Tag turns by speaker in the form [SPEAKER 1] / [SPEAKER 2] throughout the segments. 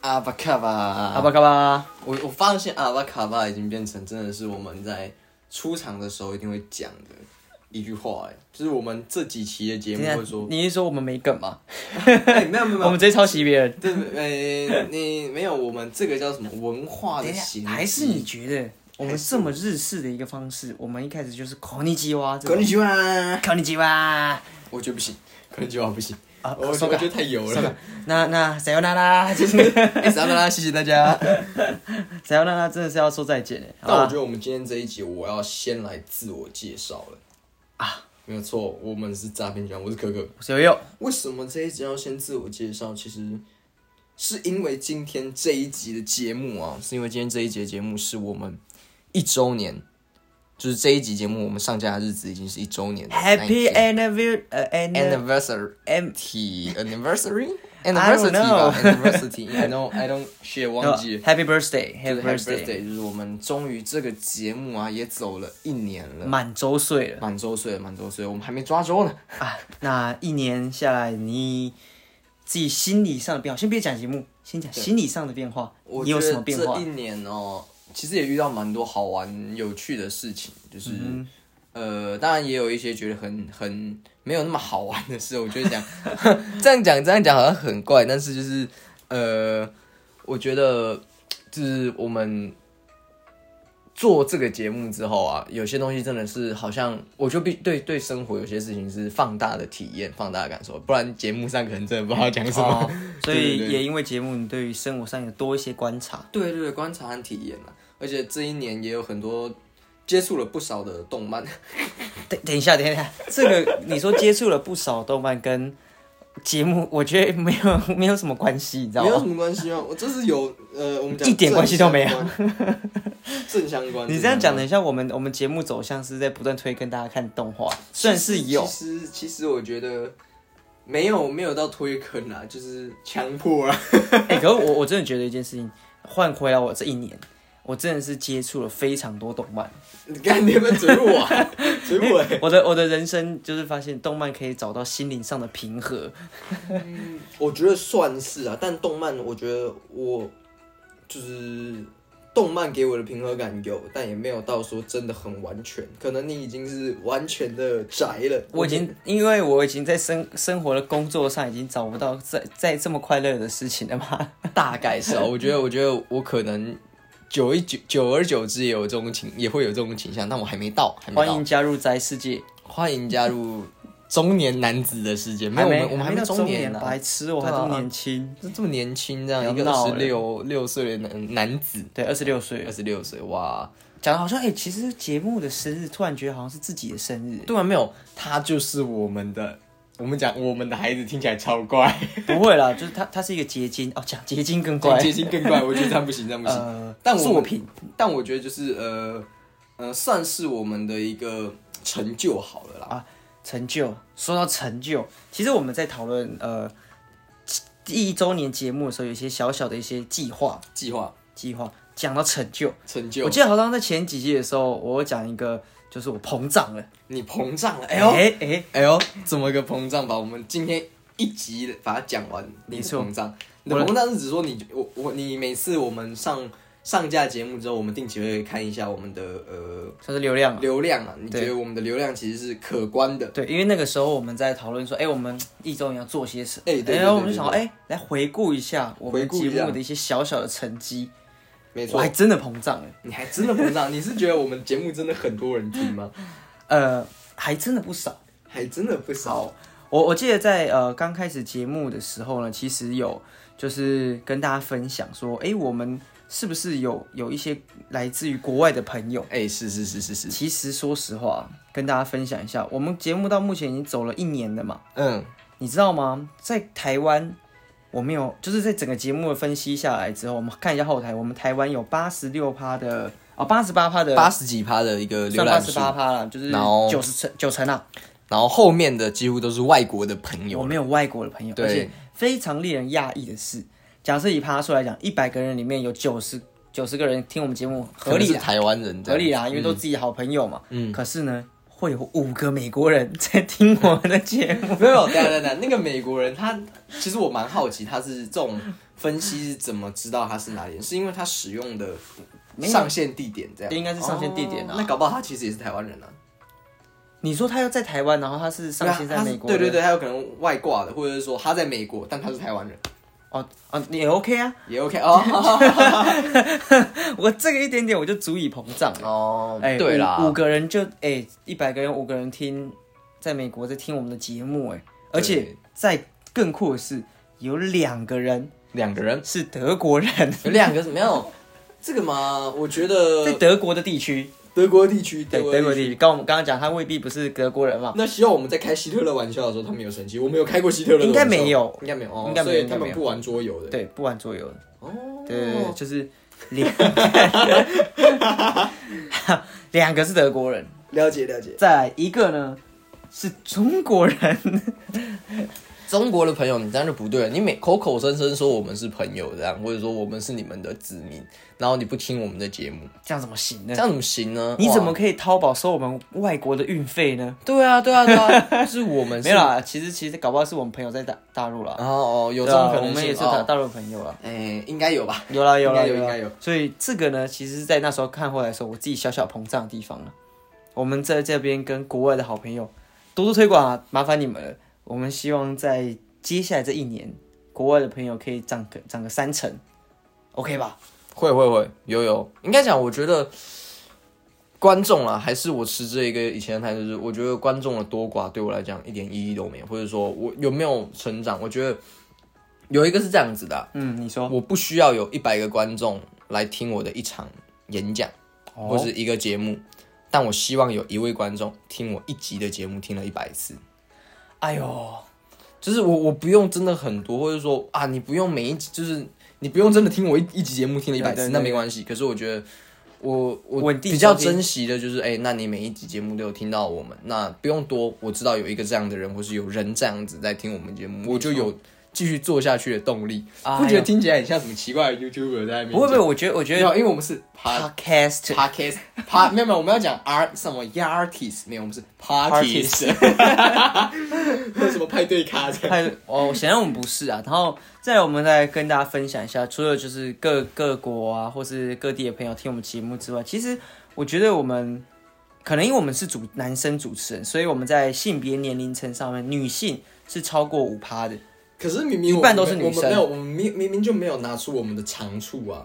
[SPEAKER 1] 阿巴卡巴，
[SPEAKER 2] 阿
[SPEAKER 1] 阿
[SPEAKER 2] 巴，卡巴，
[SPEAKER 1] 我我发现阿巴卡巴已经变成真的是我们在出场的时候一定会讲的一句话，哎，就是我们这几期的节
[SPEAKER 2] 等一下
[SPEAKER 1] 目会说，
[SPEAKER 2] 你是说我们没梗吗？
[SPEAKER 1] 哎，没有没有没
[SPEAKER 2] 我
[SPEAKER 1] 有
[SPEAKER 2] 们，直接抄袭别人？
[SPEAKER 1] 对，呃，你没有，我们这个叫什么文化
[SPEAKER 2] 等
[SPEAKER 1] 的嗯
[SPEAKER 2] 一
[SPEAKER 1] 形
[SPEAKER 2] 下，
[SPEAKER 1] 式，
[SPEAKER 2] 还是你觉得我们这么日式的一个方式，我们一开始就是口尼基哇，
[SPEAKER 1] 可能喜欢，啊
[SPEAKER 2] 口尼基哇，
[SPEAKER 1] 我觉得不行，可能喜欢不行，哦
[SPEAKER 2] 啊
[SPEAKER 1] 我我
[SPEAKER 2] 说
[SPEAKER 1] 觉
[SPEAKER 2] 吧
[SPEAKER 1] 得太油了。
[SPEAKER 2] 那那塞欧娜拉，就是
[SPEAKER 1] 哎，撒拉拉，谢谢大
[SPEAKER 2] 啊
[SPEAKER 1] 家。
[SPEAKER 2] 塞欧娜拉真的是要说再见哎。好
[SPEAKER 1] 但我
[SPEAKER 2] 吧
[SPEAKER 1] 觉得我们今天这一集，我要先来自我介绍了啊，没有错，我们是诈骗集团，我是可可。
[SPEAKER 2] 我是悠悠，
[SPEAKER 1] 为什么这一集要先自我介绍？其实是因为今天这一集的节目啊，是因为今天这一集的节目是我们一周年，就是这一集节目我们上架的日子已经是一周年的那一
[SPEAKER 2] Happy
[SPEAKER 1] 天
[SPEAKER 2] anniversary，呃 anniversary，
[SPEAKER 1] anniversary
[SPEAKER 2] an-
[SPEAKER 1] T- anniversary
[SPEAKER 2] I don't
[SPEAKER 1] anniversary 吧
[SPEAKER 2] know
[SPEAKER 1] anniversary I don't I don't shit 忘记了。
[SPEAKER 2] Happy birthday，Happy
[SPEAKER 1] 就是 Happy
[SPEAKER 2] birthday，
[SPEAKER 1] birthday，就是我们终于这个节目啊也走了一年了，
[SPEAKER 2] 满周岁了
[SPEAKER 1] 满周岁了，满周岁了，我们还没抓周呢。
[SPEAKER 2] 啊！那一年下来，你自己心理上的变化，先别讲节目，先讲心理上的变化，
[SPEAKER 1] 我
[SPEAKER 2] 你有什么变
[SPEAKER 1] 觉得
[SPEAKER 2] 化
[SPEAKER 1] 这一？年哦，其实也遇到蛮多好玩、有趣的事情，就是、
[SPEAKER 2] 嗯
[SPEAKER 1] 呃，当然也有一些觉得很很没有那么好玩的事。我觉得讲 这样讲这样讲好像很怪，但是就是呃，我觉得就是我们做这个节目之后啊，有些东西真的是好像我就必对对生活有些事情是放大的体验、放大的感受，不然节目上可能真的不知道讲什么。
[SPEAKER 2] 哦，所
[SPEAKER 1] 对对
[SPEAKER 2] 以
[SPEAKER 1] 对
[SPEAKER 2] 也因为节目，你对于生活上有多一些观察。
[SPEAKER 1] 对对对，观察和体验啊，而且这一年也有很多接触了不少的动漫，
[SPEAKER 2] 哦等等一下，等一下， 这个你说接触了不少动漫跟节目，我觉得没有没有什么关系，你知道
[SPEAKER 1] 没有
[SPEAKER 2] 吗
[SPEAKER 1] 什？么关系哦。我这是有呃，我们讲
[SPEAKER 2] 一点关系都没有
[SPEAKER 1] 有，正相关。
[SPEAKER 2] 你这样讲，
[SPEAKER 1] 的
[SPEAKER 2] 等一下我们我们节目走向是在不断推跟大家看动画，虽然是有，
[SPEAKER 1] 其实其实我觉得没有没有到推坑啊，就是强迫啊。
[SPEAKER 2] 哎、可是我我真的觉得一件事情，换回来我这一年，我真的是接触了非常多动漫。
[SPEAKER 1] 你看你们嘴我、 啊，嘴我、欸。
[SPEAKER 2] 我的我的人生就是发现动漫可以找到心灵上的平和。
[SPEAKER 1] 我觉得算是啊，但动漫我觉得我就是动漫给我的平和感有，但也没有到说真的很完全。可能你已经是完全的宅了，
[SPEAKER 2] 我已经因为我已经在生生活的工作上已经找不到在在这么快乐的事情 了嘛。
[SPEAKER 1] 大概是啊。我觉得，我觉得我可能久一久，久而久之也有这种倾，也会有这种倾向，但我还没到，还没
[SPEAKER 2] 欢
[SPEAKER 1] 到。
[SPEAKER 2] 迎加入宅世界，
[SPEAKER 1] 欢迎加入中年男子的世界，没有我
[SPEAKER 2] 没
[SPEAKER 1] 们我们
[SPEAKER 2] 还
[SPEAKER 1] 没
[SPEAKER 2] 到
[SPEAKER 1] 中
[SPEAKER 2] 年，
[SPEAKER 1] 呢、
[SPEAKER 2] 白痴，我还
[SPEAKER 1] 对啊
[SPEAKER 2] 这么年轻。
[SPEAKER 1] 就这么年轻，这样一
[SPEAKER 2] 不
[SPEAKER 1] 个
[SPEAKER 2] 要闹
[SPEAKER 1] 二十
[SPEAKER 2] 了
[SPEAKER 1] 六六岁的男男子，
[SPEAKER 2] 对，二十六岁
[SPEAKER 1] 二，十六岁，哇，
[SPEAKER 2] 讲的好像哎、其实节目的生日突然觉得好像是自己的生 日，
[SPEAKER 1] 对啊，没有，他就是我们的。我们讲我们的孩子听起来超怪，
[SPEAKER 2] 不会啦，就是它它是一个结晶哦，讲结晶更怪，
[SPEAKER 1] 接近更怪，我觉得这样不行，这样不行。
[SPEAKER 2] 呃，
[SPEAKER 1] 但我们
[SPEAKER 2] 作品
[SPEAKER 1] 但我觉得就是呃呃，算是我们的一个成就好了啦。
[SPEAKER 2] 成就，说到成就，其实我们在讨论呃第一周年节目的时候，有一些小小的一些计划，
[SPEAKER 1] 计划
[SPEAKER 2] 计划讲到成就，
[SPEAKER 1] 成就
[SPEAKER 2] 我，记得好像在前几集的时候，我有讲一个就是我膨胀了，
[SPEAKER 1] 你膨胀了，哎
[SPEAKER 2] 哎
[SPEAKER 1] 呦
[SPEAKER 2] 哎哎，
[SPEAKER 1] 哎呦，怎么个膨胀吧？我们今天一集把它讲完，你是膨胀，你的膨胀是指说你我我你每次我们上上架节目之后，我们定期会看一下我们的呃
[SPEAKER 2] 算是流量嘛。
[SPEAKER 1] 流量啊，你觉
[SPEAKER 2] 对
[SPEAKER 1] 得我们的流量其实是可观的。
[SPEAKER 2] 对，因为那个时候我们在讨论说，哎，我们一周年要做些什么？
[SPEAKER 1] 哎对对
[SPEAKER 2] 然后我
[SPEAKER 1] 对
[SPEAKER 2] 们就想，
[SPEAKER 1] 对
[SPEAKER 2] 哎，来回顾一下我
[SPEAKER 1] 回
[SPEAKER 2] 们
[SPEAKER 1] 顾
[SPEAKER 2] 节
[SPEAKER 1] 一下
[SPEAKER 2] 目的一些小小的成绩。
[SPEAKER 1] 没错
[SPEAKER 2] 我还，真的膨胀了，
[SPEAKER 1] 你还真的膨胀？你是觉得我们节目真的很多人听 吗？
[SPEAKER 2] 呃，还真的不少。
[SPEAKER 1] 还真的不少。
[SPEAKER 2] 好，我我记得在呃刚开始节目的时候呢，其实有就是跟大家分享说，哎、我们是不是有有一些来自于国外的朋友？
[SPEAKER 1] 哎、是是是是是，
[SPEAKER 2] 其实说实话，跟大家分享一下，我们节目到目前已经走了一年了嘛，
[SPEAKER 1] 嗯，
[SPEAKER 2] 你知道吗？在台湾，我们有就是在整个节目的分析下来之后，我们看一下后台，我们台湾有八十六趴的啊，八十八趴的，
[SPEAKER 1] 嗯八十几趴的一个浏
[SPEAKER 2] 算八
[SPEAKER 1] 览
[SPEAKER 2] 十
[SPEAKER 1] 数，
[SPEAKER 2] 八趴了，就是
[SPEAKER 1] 然后
[SPEAKER 2] 九十成九成啊，
[SPEAKER 1] 然后后面的几乎都是外国的朋
[SPEAKER 2] 我
[SPEAKER 1] 友。
[SPEAKER 2] 们有外国的朋友，
[SPEAKER 1] 对
[SPEAKER 2] 而且非常令人讶异的是，假设以趴数来讲，一百个人里面有九十九十个人听我们节目，合
[SPEAKER 1] 可能
[SPEAKER 2] 理
[SPEAKER 1] 是
[SPEAKER 2] 啦，
[SPEAKER 1] 台湾人这样
[SPEAKER 2] 合啊理啦，因为都自己好朋友嘛。嗯。可是呢，会有五个美国人在听我们的节目。
[SPEAKER 1] 没有，等下等下，那个美国人他其实我蛮好奇，他是这种分析是怎么知道他是哪里人？是因为他使用的上线地点这样？
[SPEAKER 2] 应该是上线地点
[SPEAKER 1] 嗯哦
[SPEAKER 2] 啊
[SPEAKER 1] 那搞不好他其实也是台湾人啊。
[SPEAKER 2] 你说他要在台湾，然后他是上线
[SPEAKER 1] 对啊
[SPEAKER 2] 在
[SPEAKER 1] 他是
[SPEAKER 2] 美国，
[SPEAKER 1] 对对对，，他有可能外挂的，或者是说他在美国，但他是台湾人，
[SPEAKER 2] 哦哦，也 OK 啊，
[SPEAKER 1] 也 OK 哦。
[SPEAKER 2] 我这个一点点我就足以膨胀了。
[SPEAKER 1] 哦
[SPEAKER 2] 哎、
[SPEAKER 1] 对啦，
[SPEAKER 2] 五五个人就哎一百个人，五个人听，在美国在听我们的节目、哎，而且
[SPEAKER 1] 对
[SPEAKER 2] 在更酷的是，有两个人
[SPEAKER 1] 两个人，
[SPEAKER 2] 是德国人，
[SPEAKER 1] 有两个没有这个嘛？我觉 得
[SPEAKER 2] 在德国的地区，
[SPEAKER 1] 德国地区，
[SPEAKER 2] 对德国地区，刚我们刚刚讲他未必不是德国人嘛，
[SPEAKER 1] 那希望我们在开希特勒玩笑的时候，他们有生气。我们有开过希特勒的玩笑
[SPEAKER 2] 应该没有
[SPEAKER 1] 应该没有，哦
[SPEAKER 2] 应该没
[SPEAKER 1] 所
[SPEAKER 2] 有
[SPEAKER 1] 以他
[SPEAKER 2] 应该没
[SPEAKER 1] 们
[SPEAKER 2] 有
[SPEAKER 1] 不玩桌游的。，
[SPEAKER 2] 对，不玩桌游的，
[SPEAKER 1] 哦，
[SPEAKER 2] 对对对，就是两 两个是德国人，
[SPEAKER 1] 了解了解。
[SPEAKER 2] 再来一个呢是中国人，
[SPEAKER 1] 中国的朋友，你这样就不对了。你每口口声声说我们是朋友，这样或者说我们是你们的子民，然后你不听我们的节目，
[SPEAKER 2] 这样怎么行呢
[SPEAKER 1] 这？样怎么行呢？
[SPEAKER 2] 你怎么
[SPEAKER 1] 哇？
[SPEAKER 2] 可以淘宝收我们外国的运费呢？
[SPEAKER 1] 对啊对啊对 啊，就是我们是
[SPEAKER 2] 没有。啦，其实其实搞不好是我们朋友在大大陆啦，
[SPEAKER 1] 哦哦，有
[SPEAKER 2] 对
[SPEAKER 1] 这
[SPEAKER 2] 啊
[SPEAKER 1] 种可能性。
[SPEAKER 2] 我们也是大
[SPEAKER 1] 哦
[SPEAKER 2] 大陆朋友啦。
[SPEAKER 1] 哎，应该有吧？
[SPEAKER 2] 有啦有啦
[SPEAKER 1] 应该有
[SPEAKER 2] 啦
[SPEAKER 1] 应该有
[SPEAKER 2] 所以这个呢，其实是在那时候看回来的时候，我自己小小膨胀的地方了。我们在这边跟国外的好朋友多多推广啊，麻烦你们了。我们希望在接下来这一年，国外的朋友可以涨个涨个三成，OK 吧？
[SPEAKER 1] 会会会有有，应该讲，我觉得观众啦，还是我持这一个以前的态度，就是我觉得观众的多寡对我来讲一点意义都没有，或者说我有没有成长，我觉得有一个是这样子的啊、
[SPEAKER 2] 嗯，你说
[SPEAKER 1] 我不需要有一百个观众来听我的一场演讲
[SPEAKER 2] 哦
[SPEAKER 1] 或是一个节目，但我希望有一位观众听我一集的节目听了一百次。
[SPEAKER 2] 哎呦，
[SPEAKER 1] 就是我我不用真的很多，或者说啊，你不用每一集，就是你不用真的听我一一集节目听了一百
[SPEAKER 2] 对对
[SPEAKER 1] 次，
[SPEAKER 2] 对
[SPEAKER 1] 那没关系。可是我觉得我我
[SPEAKER 2] 稳定
[SPEAKER 1] 比较
[SPEAKER 2] 收听
[SPEAKER 1] 珍惜的就是，哎、那你每一集节目都有听到我们，那不用多，我知道有一个这样的人，或是有人这样子在听我们节目，我就有继续做下去的动力。
[SPEAKER 2] 哎呦
[SPEAKER 1] 不觉得听起来很像什么奇怪的 YouTuber 在那边？
[SPEAKER 2] 不会不会，，我觉得我
[SPEAKER 1] 没
[SPEAKER 2] 觉
[SPEAKER 1] 有，
[SPEAKER 2] 得
[SPEAKER 1] 因为我们是 pod
[SPEAKER 2] podcast
[SPEAKER 1] podcast pod 没有没有，我们要讲 art 什么 artist 没有，我们是 parties，或者 什么派对咖这样。
[SPEAKER 2] 派哦，显然我们不是啊。然后再来我们再跟大家分享一下，除了就是各各国啊，或是各地的朋友听我们节目之外，其实我觉得我们可能因为我们是主男生主持人，所以我们在性别年龄层上面，女性是超过五趴的。
[SPEAKER 1] 可是明明我
[SPEAKER 2] 一半都是女
[SPEAKER 1] 我
[SPEAKER 2] 生
[SPEAKER 1] 们没有，我们明明明就没有拿出我们的长处 啊。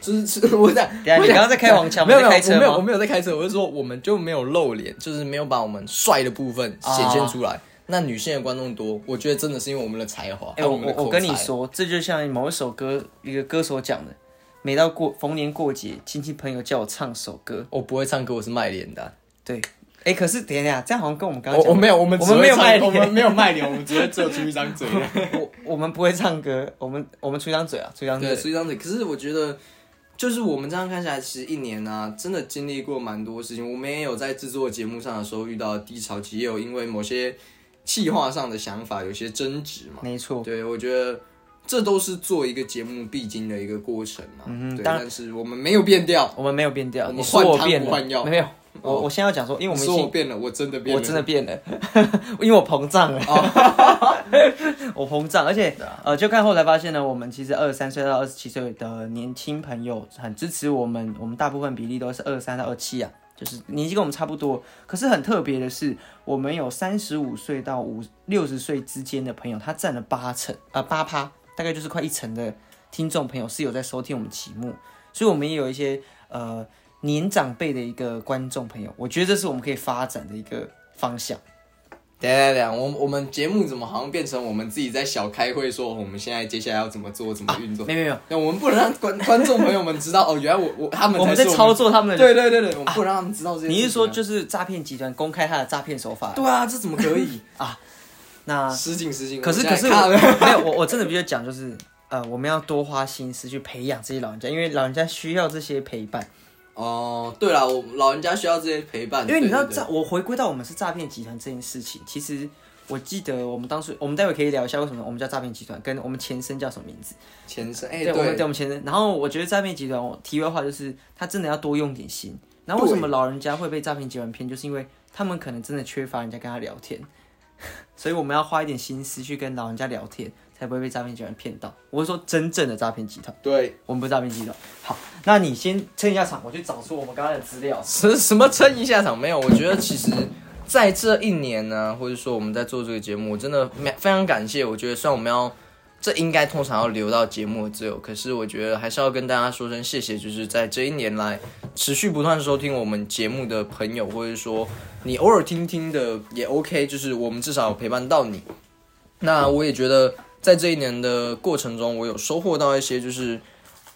[SPEAKER 1] 就是是我在，
[SPEAKER 2] 等一下
[SPEAKER 1] 我
[SPEAKER 2] 你刚刚在开黄腔
[SPEAKER 1] 没有没有，
[SPEAKER 2] 我们在开车
[SPEAKER 1] 我没有
[SPEAKER 2] 吗
[SPEAKER 1] 我没有在开车，我是说我们就没有露脸，就是没有把我们帅的部分显现出来。那女性的观众多，我觉得真的是因为我们的才华。
[SPEAKER 2] 啊
[SPEAKER 1] 还
[SPEAKER 2] 哎、
[SPEAKER 1] 有
[SPEAKER 2] 我
[SPEAKER 1] 们的
[SPEAKER 2] 我
[SPEAKER 1] 口
[SPEAKER 2] 我跟你
[SPEAKER 1] 才，
[SPEAKER 2] 说，这就像某一首歌，一个歌手讲的，每到过逢年过节，亲戚朋友叫我唱首歌，
[SPEAKER 1] 我不会唱歌，我是卖脸的啊、
[SPEAKER 2] 对。哎、可是等一下，这样好像跟我们刚刚
[SPEAKER 1] 我
[SPEAKER 2] 讲
[SPEAKER 1] 我没有，我们
[SPEAKER 2] 我
[SPEAKER 1] 只
[SPEAKER 2] 们
[SPEAKER 1] 会
[SPEAKER 2] 没有
[SPEAKER 1] 唱
[SPEAKER 2] 卖脸
[SPEAKER 1] 我们没有卖脸，我们只会只有出一张嘴。
[SPEAKER 2] 我我们不会唱歌，我们我们出一张嘴啊，出一张嘴
[SPEAKER 1] 对，。所以这样子。可是我觉得，就是我们这样看下来，其实一年啊，真的经历过蛮多事情。我们也有在制作节目上的时候遇到低潮期，也有因为某些企划上的想法有些争执嘛。
[SPEAKER 2] 没错，
[SPEAKER 1] 对，我觉得这都是做一个节目必经的一个过程嘛。
[SPEAKER 2] 嗯哼
[SPEAKER 1] 对，
[SPEAKER 2] 当
[SPEAKER 1] 但是我们没有变掉。
[SPEAKER 2] 我们没有变掉，
[SPEAKER 1] 我们
[SPEAKER 2] 你说我
[SPEAKER 1] 换汤
[SPEAKER 2] 变
[SPEAKER 1] 不
[SPEAKER 2] 了，
[SPEAKER 1] 换药哦
[SPEAKER 2] 没有。我我现在要讲说，因为我
[SPEAKER 1] 你
[SPEAKER 2] 们已
[SPEAKER 1] 说我
[SPEAKER 2] 经
[SPEAKER 1] 变了，我真的变
[SPEAKER 2] 我
[SPEAKER 1] 了，
[SPEAKER 2] 真的变了， 因为我膨胀了，
[SPEAKER 1] 哦
[SPEAKER 2] 我膨胀，而且
[SPEAKER 1] 啊
[SPEAKER 2] 呃，就看后来发现呢，我们其实二十三岁到二十七岁的年轻朋友很支持我们，我们大部分比例都是二十三到二七啊，就是年纪跟我们差不多。可是很特别的是，我们有三十五岁到五六十岁之间的朋友，他占了八成啊八趴，大概就是快一成的听众朋友是有在收听我们节目，所以我们也有一些呃年长辈的一个观众朋友，我觉得这是我们可以发展的一个方向。
[SPEAKER 1] 等一下等一下，我我们节目怎么好像变成我们自己在小开会说我们现在接下来要怎么做怎么运作？
[SPEAKER 2] 啊没有没有，
[SPEAKER 1] 那我们不能让观观众朋友们知道哦，原来我我他们
[SPEAKER 2] 我们
[SPEAKER 1] 才
[SPEAKER 2] 在
[SPEAKER 1] 是
[SPEAKER 2] 操作他们的。
[SPEAKER 1] 对对对对，我们不能让他们知道这些、
[SPEAKER 2] 你是说就是诈骗集团公开他的诈骗手法？
[SPEAKER 1] 啊对啊，这怎么可 以？
[SPEAKER 2] 那
[SPEAKER 1] 失敬失敬。
[SPEAKER 2] 可是
[SPEAKER 1] 我
[SPEAKER 2] 可
[SPEAKER 1] 们现
[SPEAKER 2] 是
[SPEAKER 1] 在看了
[SPEAKER 2] 我 没有我我真的比较讲就是呃，我们要多花心思去培养这些老人家，因为老人家需要这些陪伴。
[SPEAKER 1] 哦，对了，我老人家需要这些陪伴，
[SPEAKER 2] 因为你知道
[SPEAKER 1] 对对
[SPEAKER 2] 诈，我回归到我们是诈骗集团这件事情，其实我记得我们当初我们待会可以聊一下为什么我们叫诈骗集团，跟我们前身叫什么名字。
[SPEAKER 1] 对前身哎、
[SPEAKER 2] 对，我们对
[SPEAKER 1] 对
[SPEAKER 2] 我们前身。然后我觉得诈骗集团，我题外话就是，他真的要多用点心。然后为什么老人家会被诈骗集团骗，就是因为他们可能真的缺乏人家跟他聊天， 所以我们要花一点心思去跟老人家聊天，才不会被诈骗集团骗到。我是说真正的诈骗集团，
[SPEAKER 1] 对，
[SPEAKER 2] 我们不是诈骗集团。好，那你先撑一下场，我去找出我们刚刚的资料。
[SPEAKER 1] 什什么撑一下场没有？我觉得其实在这一年呢，或者说我们在做这个节目，我真的非非常感谢。我觉得虽然我们要这应该通常要留到节目的最后，可是我觉得还是要跟大家说声谢谢，就是在这一年来持续不断收听我们节目的朋友，或者说你偶尔听听的也 OK，就是我们至少有陪伴到你。那我也觉得在这一年的过程中，我有收获到一些，就是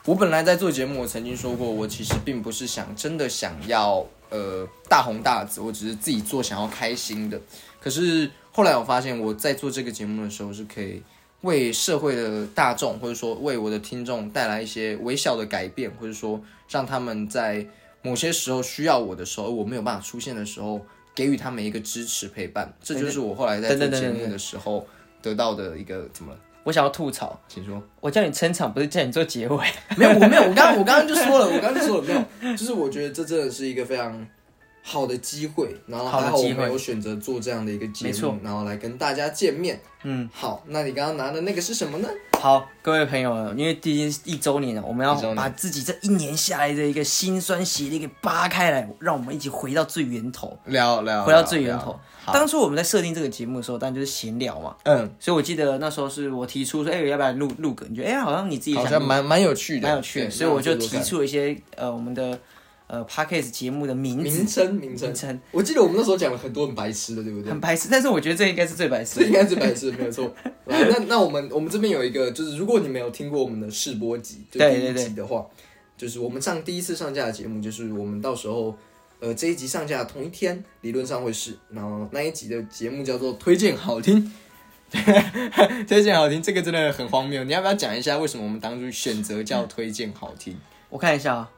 [SPEAKER 1] 我本来在做节目，我曾经说过，我其实并不是想真的想要呃大红大紫，我只是自己做想要开心的。可是后来我发现，我在做这个节目的时候是可以为社会的大众，或者说为我的听众带来一些微小的改变，或者说让他们在某些时候需要我的时候，而我没有办法出现的时候，给予他们一个支持陪伴。这就是我后来在做
[SPEAKER 2] 等等等
[SPEAKER 1] 节
[SPEAKER 2] 等
[SPEAKER 1] 目的时候得到的一个怎么了？
[SPEAKER 2] 我想要吐槽，
[SPEAKER 1] 请说。
[SPEAKER 2] 我叫你撑场，不是叫你做结尾。
[SPEAKER 1] 没有，我没有，我刚我刚刚就说了，我刚刚就说了，没有，就是我觉得这真的是一个非常好的机会，然后
[SPEAKER 2] 好的
[SPEAKER 1] 还好我
[SPEAKER 2] 机会
[SPEAKER 1] 没有选择做这样的一个节
[SPEAKER 2] 没
[SPEAKER 1] 目
[SPEAKER 2] 错，
[SPEAKER 1] 然后来跟大家见面。
[SPEAKER 2] 嗯，
[SPEAKER 1] 好，那你刚刚拿的那个是什么呢？
[SPEAKER 2] 好，各位朋友，因为毕竟是一周年了，我们要
[SPEAKER 1] 一周年
[SPEAKER 2] 把自己这一年下来的一个辛酸血泪给扒开来，让我们一起回到最源头，
[SPEAKER 1] 聊聊
[SPEAKER 2] 回到最源头。
[SPEAKER 1] 好，
[SPEAKER 2] 当初我们在设定这个节目的时候，当然就是闲聊嘛。
[SPEAKER 1] 嗯，
[SPEAKER 2] 所以我记得那时候是我提出说，哎、要不要录录个？你觉得，哎、好像你自己想
[SPEAKER 1] 好像
[SPEAKER 2] 录
[SPEAKER 1] 蛮蛮有趣的，
[SPEAKER 2] 蛮有趣的，
[SPEAKER 1] 对
[SPEAKER 2] 所以我就
[SPEAKER 1] 那做做
[SPEAKER 2] 提
[SPEAKER 1] 看
[SPEAKER 2] 出了一些呃我们的呃 podcast 节目的名字，
[SPEAKER 1] 名称名称
[SPEAKER 2] 名称。
[SPEAKER 1] 我记得我们那时候讲了很多很白痴的，对不对
[SPEAKER 2] 很？白痴，但是我觉得这应该是最白
[SPEAKER 1] 这
[SPEAKER 2] 痴的。
[SPEAKER 1] 应该是白痴，没有 错。来那那我们我们这边有一个，就是如果你没有听过我们的试播集，就
[SPEAKER 2] 对
[SPEAKER 1] 第一
[SPEAKER 2] 对对
[SPEAKER 1] 集的话，就是我们上第一次上架的节目，就是我们到时候呃这一集上架的同一天，理论上会是，然后那一集的节目叫做推荐好听。 推荐好听，这个真的很荒谬。你要不要讲一下为什么我们当初选择叫推荐好听？
[SPEAKER 2] 我看一下啊，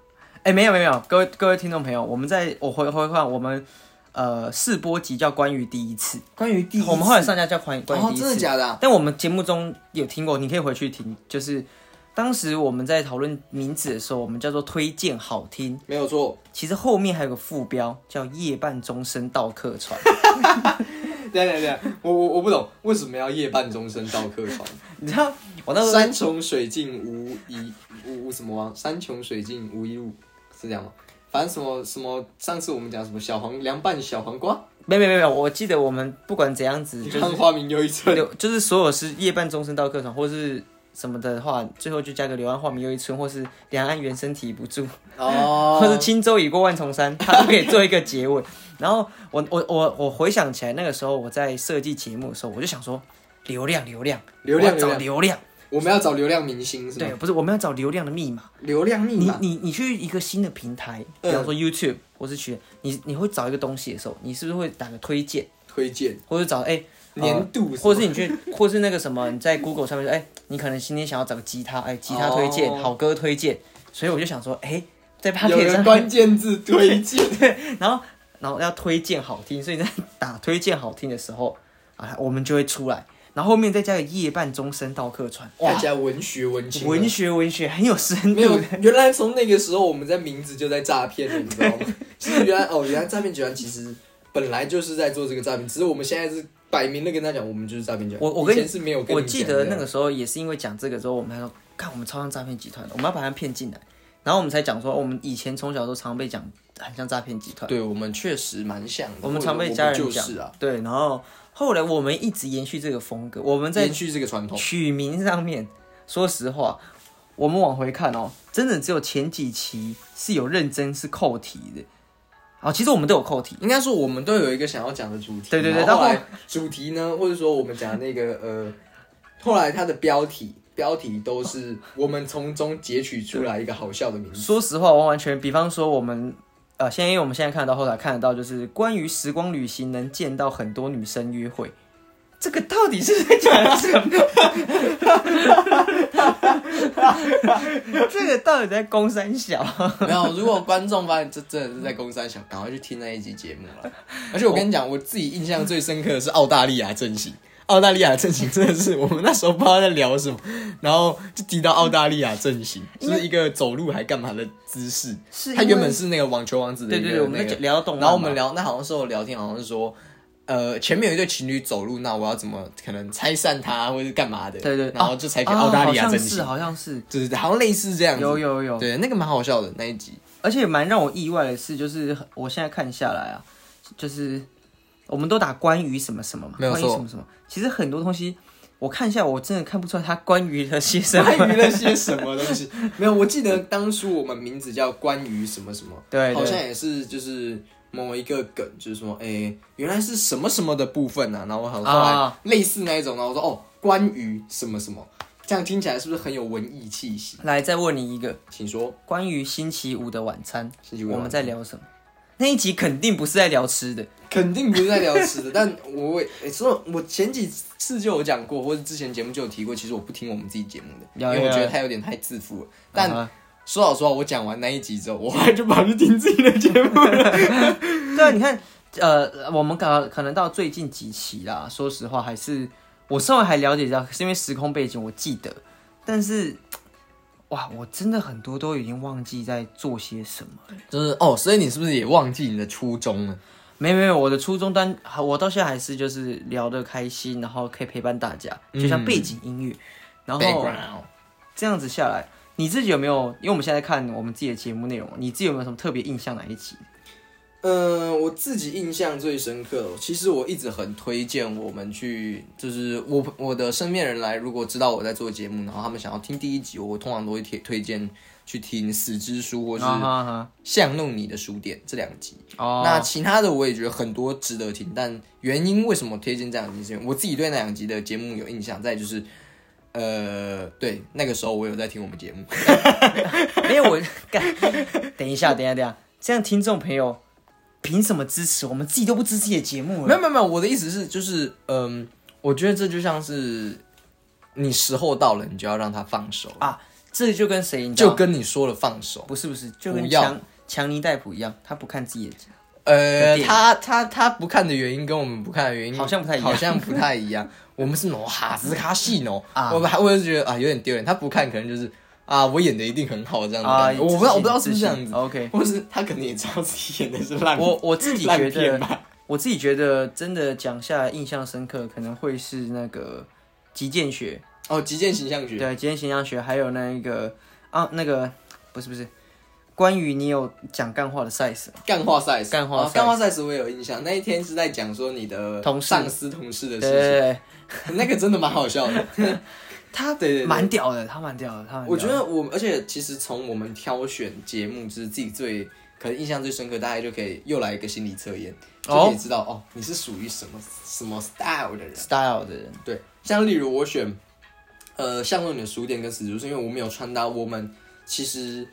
[SPEAKER 2] 哎、没有没有没有，各位各位听众朋友，我们在我回回看我们呃试播集叫关于第一次，
[SPEAKER 1] 关于第
[SPEAKER 2] 我们后来上架叫关于关于
[SPEAKER 1] 哦，
[SPEAKER 2] 第一
[SPEAKER 1] 真的
[SPEAKER 2] 次，
[SPEAKER 1] 假的、啊？
[SPEAKER 2] 但我们节目中有听过，你可以回去听，就是。当时我们在讨论名字的时候，我们叫做推荐好听。
[SPEAKER 1] 没有错，
[SPEAKER 2] 其实后面还有个副标叫夜半钟声到客船，
[SPEAKER 1] 对对对，我我我不懂为什么要夜半钟声到客船。
[SPEAKER 2] 你知道我那时候
[SPEAKER 1] 山穷水尽无一无无什么啊？山穷水尽无一物，是这样吗？反正什么什么，上次我们讲什么小黄凉拌小黄瓜，
[SPEAKER 2] 没有没有没有，我记得我们不管怎样子，就是
[SPEAKER 1] 看花明又一村。
[SPEAKER 2] 流就是所有是夜半钟声到客船，或是什么的话，最后就加个柳暗花明又一村，或是两岸猿声啼不住，
[SPEAKER 1] 哦
[SPEAKER 2] 或是轻舟已过万重山， 它都可以做一个结尾。然后我我我我回想起来，那个时候我在设计节目的时候，我就想说，流量流量
[SPEAKER 1] 流量
[SPEAKER 2] 我要
[SPEAKER 1] 流
[SPEAKER 2] 找
[SPEAKER 1] 量
[SPEAKER 2] 流量，
[SPEAKER 1] 我们要找流量明星是吗
[SPEAKER 2] 对，？不是我们要找流量的密码。
[SPEAKER 1] 流量密
[SPEAKER 2] 你
[SPEAKER 1] 码
[SPEAKER 2] 你你去一个新的平台，比
[SPEAKER 1] 嗯
[SPEAKER 2] 方说 YouTube 或是去你你会找一个东西的时候，你是不是会打个推荐，
[SPEAKER 1] 推荐
[SPEAKER 2] 或者找哎、呃
[SPEAKER 1] 年度什么，
[SPEAKER 2] 或是你去，或是那个什么，你在 Google 上面说，哎、你可能今天想要找个吉他，哎、吉他推荐、
[SPEAKER 1] 哦
[SPEAKER 2] 好歌推荐，所以我就想说，哎、在 p o c
[SPEAKER 1] 有
[SPEAKER 2] k e t
[SPEAKER 1] 人
[SPEAKER 2] 上
[SPEAKER 1] 关
[SPEAKER 2] 面，
[SPEAKER 1] 键字推荐，
[SPEAKER 2] 然后然后要推荐好听，所以你在 打推荐好听的时候啊，我们就会出来，然后后面再加个夜半钟声到客船，
[SPEAKER 1] 看
[SPEAKER 2] 哇
[SPEAKER 1] 起，来文学文青。
[SPEAKER 2] 文学文学很有深
[SPEAKER 1] 没有
[SPEAKER 2] 度，，
[SPEAKER 1] 原来从那个时候我们在名字就在诈骗了，你知道 吗？其实原来哦，原来诈骗集团其实本来就是在做这个诈骗，只是我们现在是摆明的跟他讲，我们就是诈骗集团。
[SPEAKER 2] 我我跟
[SPEAKER 1] 以
[SPEAKER 2] 你
[SPEAKER 1] 前是没有跟
[SPEAKER 2] 我
[SPEAKER 1] 你
[SPEAKER 2] 记
[SPEAKER 1] 讲
[SPEAKER 2] 得
[SPEAKER 1] 的
[SPEAKER 2] 那个时候也是因为讲这个之后，我们还说，看我们超像诈骗集团的，我们要把他们骗进来，然后我们才讲说，我们以前从小都常被讲很像诈骗集团。
[SPEAKER 1] 对我们确实蛮像的，
[SPEAKER 2] 我们
[SPEAKER 1] 或者
[SPEAKER 2] 常被
[SPEAKER 1] 我
[SPEAKER 2] 家人
[SPEAKER 1] 就
[SPEAKER 2] 讲，
[SPEAKER 1] 是啊，
[SPEAKER 2] 对，然后后来我们一直延续这个风格，我们在
[SPEAKER 1] 延续这个传统。
[SPEAKER 2] 取名上面，说实话，我们往回看哦，真的只有前几期是有认真是扣题的，哦，其实我们都有扣题，
[SPEAKER 1] 应该说我们都有一个想要讲的主题，
[SPEAKER 2] 对对对
[SPEAKER 1] 然后后
[SPEAKER 2] 然
[SPEAKER 1] 来主题呢，或者说我们讲那个呃，后来它的标题标题都是我们从中截取出来一个好笑的名字。
[SPEAKER 2] 说实话，完完全，比方说我们。呃，现在因为我们现在看得到，后台看得到，就是关于时光旅行能见到很多女生约会，这个到底是在讲什么？ 这个到底在攻三小？
[SPEAKER 1] 没有，如果观众发现这真的是在公山想， 赶快去听那一集节目了。而且我跟你讲，我自己印象最深刻的是澳大利亚阵型。
[SPEAKER 3] 澳大利亚阵型真的是我们那时候不知道在聊什么，然后就提到澳大利亚阵 型，就是一个走路还干嘛的姿势。
[SPEAKER 2] 是
[SPEAKER 3] 他
[SPEAKER 2] 因
[SPEAKER 3] 原
[SPEAKER 2] 为
[SPEAKER 3] 本是那个网球王子的
[SPEAKER 2] 对
[SPEAKER 3] 一个
[SPEAKER 2] 对对，我们
[SPEAKER 3] 那
[SPEAKER 2] 在
[SPEAKER 3] 个
[SPEAKER 2] 聊到动漫嘛，
[SPEAKER 1] 然后我们聊，那好像是我聊天，好像是说，呃，前面有一对情侣走路，那我要怎么可能拆散他，或者是干嘛的？
[SPEAKER 2] 对对，
[SPEAKER 1] 然后
[SPEAKER 2] 啊
[SPEAKER 1] 就采给
[SPEAKER 2] 啊
[SPEAKER 1] 澳大利亚
[SPEAKER 2] 好
[SPEAKER 1] 真
[SPEAKER 2] 像是
[SPEAKER 1] 型，
[SPEAKER 2] 好像是
[SPEAKER 1] 对对对，好像类似这样子。
[SPEAKER 2] 有有有，
[SPEAKER 1] 对，那个蛮好笑的那一集。
[SPEAKER 2] 而且蛮让我意外的是，就是我现在看下来啊，就是我们都打关于什么什么嘛，
[SPEAKER 1] 没有
[SPEAKER 2] 关于
[SPEAKER 1] 错
[SPEAKER 2] 什么什么，其实很多东西我看一下，我真的看不出来它关于了些 什么。
[SPEAKER 1] 关于那些什么东西？ 没有，我记得当初我们名字叫关于什么什么，
[SPEAKER 2] 对对
[SPEAKER 1] 好像也是就是某一个梗，就是说，哎、原来是什么什么的部分啊。然后我好像后来
[SPEAKER 2] 啊
[SPEAKER 1] 类似那一种，然后我说哦，关于什么什么，这样听起来是不是很有文艺气息？
[SPEAKER 2] 来，再问你一个
[SPEAKER 1] 请说，
[SPEAKER 2] 关于星期五的晚餐，
[SPEAKER 1] 星期五的晚餐
[SPEAKER 2] 我们在聊什么？那一集肯定不是在聊吃的，
[SPEAKER 1] 肯定不是在聊吃的，但我也所以，我前几次就有讲过，或者之前节目就有提过，其实我不听我们自己节目的，因
[SPEAKER 2] 有
[SPEAKER 1] 为我
[SPEAKER 2] 有
[SPEAKER 1] 觉得
[SPEAKER 2] 有
[SPEAKER 1] 他有点太自负了。但
[SPEAKER 2] 啊
[SPEAKER 1] 说老实话，我讲完那一集之后，我后来就跑去听自己的节目了。
[SPEAKER 2] 对啊，你看，呃，我们可可能到最近几期啦，说实话还是我稍微还了解一下，是因为时空背景我记得，但是哇，我真的很多都已经忘记在做些什么了。
[SPEAKER 1] 就是哦，所以你是不是也忘记你的初衷了？
[SPEAKER 2] 没有没有，我的初衷单，我到现在还是就是聊得开心，然后可以陪伴大家，就像背景音乐。
[SPEAKER 1] 哦
[SPEAKER 2] 然后
[SPEAKER 1] Background
[SPEAKER 2] 这样子下来，你自己有没有？因为我们现在看我们自己的节目内容，你自己有没有什么特别印象哪一集？
[SPEAKER 1] 呃，我自己印象最深刻哦，其实我一直很推荐我们去，就是我我的身边人来，如果知道我在做节目，然后他们想要听第一集，我通常都会推推荐去听《死之书》或是
[SPEAKER 2] 啊
[SPEAKER 1] 《
[SPEAKER 2] 哈哈
[SPEAKER 1] 巷弄你的书店》这两集。
[SPEAKER 2] 哦，
[SPEAKER 1] 那其他的我也觉得很多值得听，但原因为什么推荐这两集是因为我自己对那两集的节目有印象，再就是，呃，对，那个时候我有在听我们节目，
[SPEAKER 2] 没有我干，等一下，等一下，等一下，这样听众朋友凭什么支持我们自己都不支持自己的节目
[SPEAKER 1] 没有
[SPEAKER 2] 了？
[SPEAKER 1] 没有没有，我的意思是就是，嗯，我觉得这就像是你时候到了，你就要让他放手，
[SPEAKER 2] 啊，这就跟谁你知道
[SPEAKER 1] 就跟你说了放手。
[SPEAKER 2] 不是不是，就跟
[SPEAKER 1] 不要
[SPEAKER 2] 强强尼戴普一样，他不看自己的节目，
[SPEAKER 1] 呃，
[SPEAKER 2] 电影
[SPEAKER 1] 他他他不看的原因跟我们不看的原因
[SPEAKER 2] 好像不太一样
[SPEAKER 1] 好像不太一样。 我们是挪哈斯卡戏挪
[SPEAKER 2] 啊
[SPEAKER 1] 我们还我就觉得啊有点丢脸。他不看可能就是啊我演的一定很好这样的
[SPEAKER 2] 啊
[SPEAKER 1] 感觉。我不知道
[SPEAKER 2] 自信
[SPEAKER 1] 我不知道是不是这样
[SPEAKER 2] 自
[SPEAKER 1] 子
[SPEAKER 2] 信，OK
[SPEAKER 1] 或是哦他可能也知道自己演的是烂
[SPEAKER 2] 我我自己
[SPEAKER 1] 烂
[SPEAKER 2] 觉
[SPEAKER 1] 片
[SPEAKER 2] 得，
[SPEAKER 1] 吧。
[SPEAKER 2] 我自己觉得真的讲下来印象深刻，可能会是那个极剑学，
[SPEAKER 1] 哦，极限形象学。
[SPEAKER 2] 对，极限形象学，还有那一个啊那个不是不是，关于你有讲干话的 size
[SPEAKER 1] 干话赛事，
[SPEAKER 2] 干话
[SPEAKER 1] 哦
[SPEAKER 2] size
[SPEAKER 1] 干话赛事我也有印象。那一天是在讲说你的
[SPEAKER 2] 同事
[SPEAKER 1] 上司、同事的
[SPEAKER 2] 对对
[SPEAKER 1] 事
[SPEAKER 2] 对，
[SPEAKER 1] 情， 那个真的蛮好笑 的。他对对对
[SPEAKER 2] 蛮屌的，他蛮屌的，他蛮屌的
[SPEAKER 1] 我觉得我们，而且其实从我们挑选节目，就是自己最可能印象最深刻，大概就可以又来一个心理测验，就
[SPEAKER 2] 哦
[SPEAKER 1] 可以知道哦你是属于什么什么 style 的人。
[SPEAKER 2] style 的人。
[SPEAKER 1] 对，像例如我选，呃，像论你的书店跟死猪，是因为我没有穿搭，我们其实，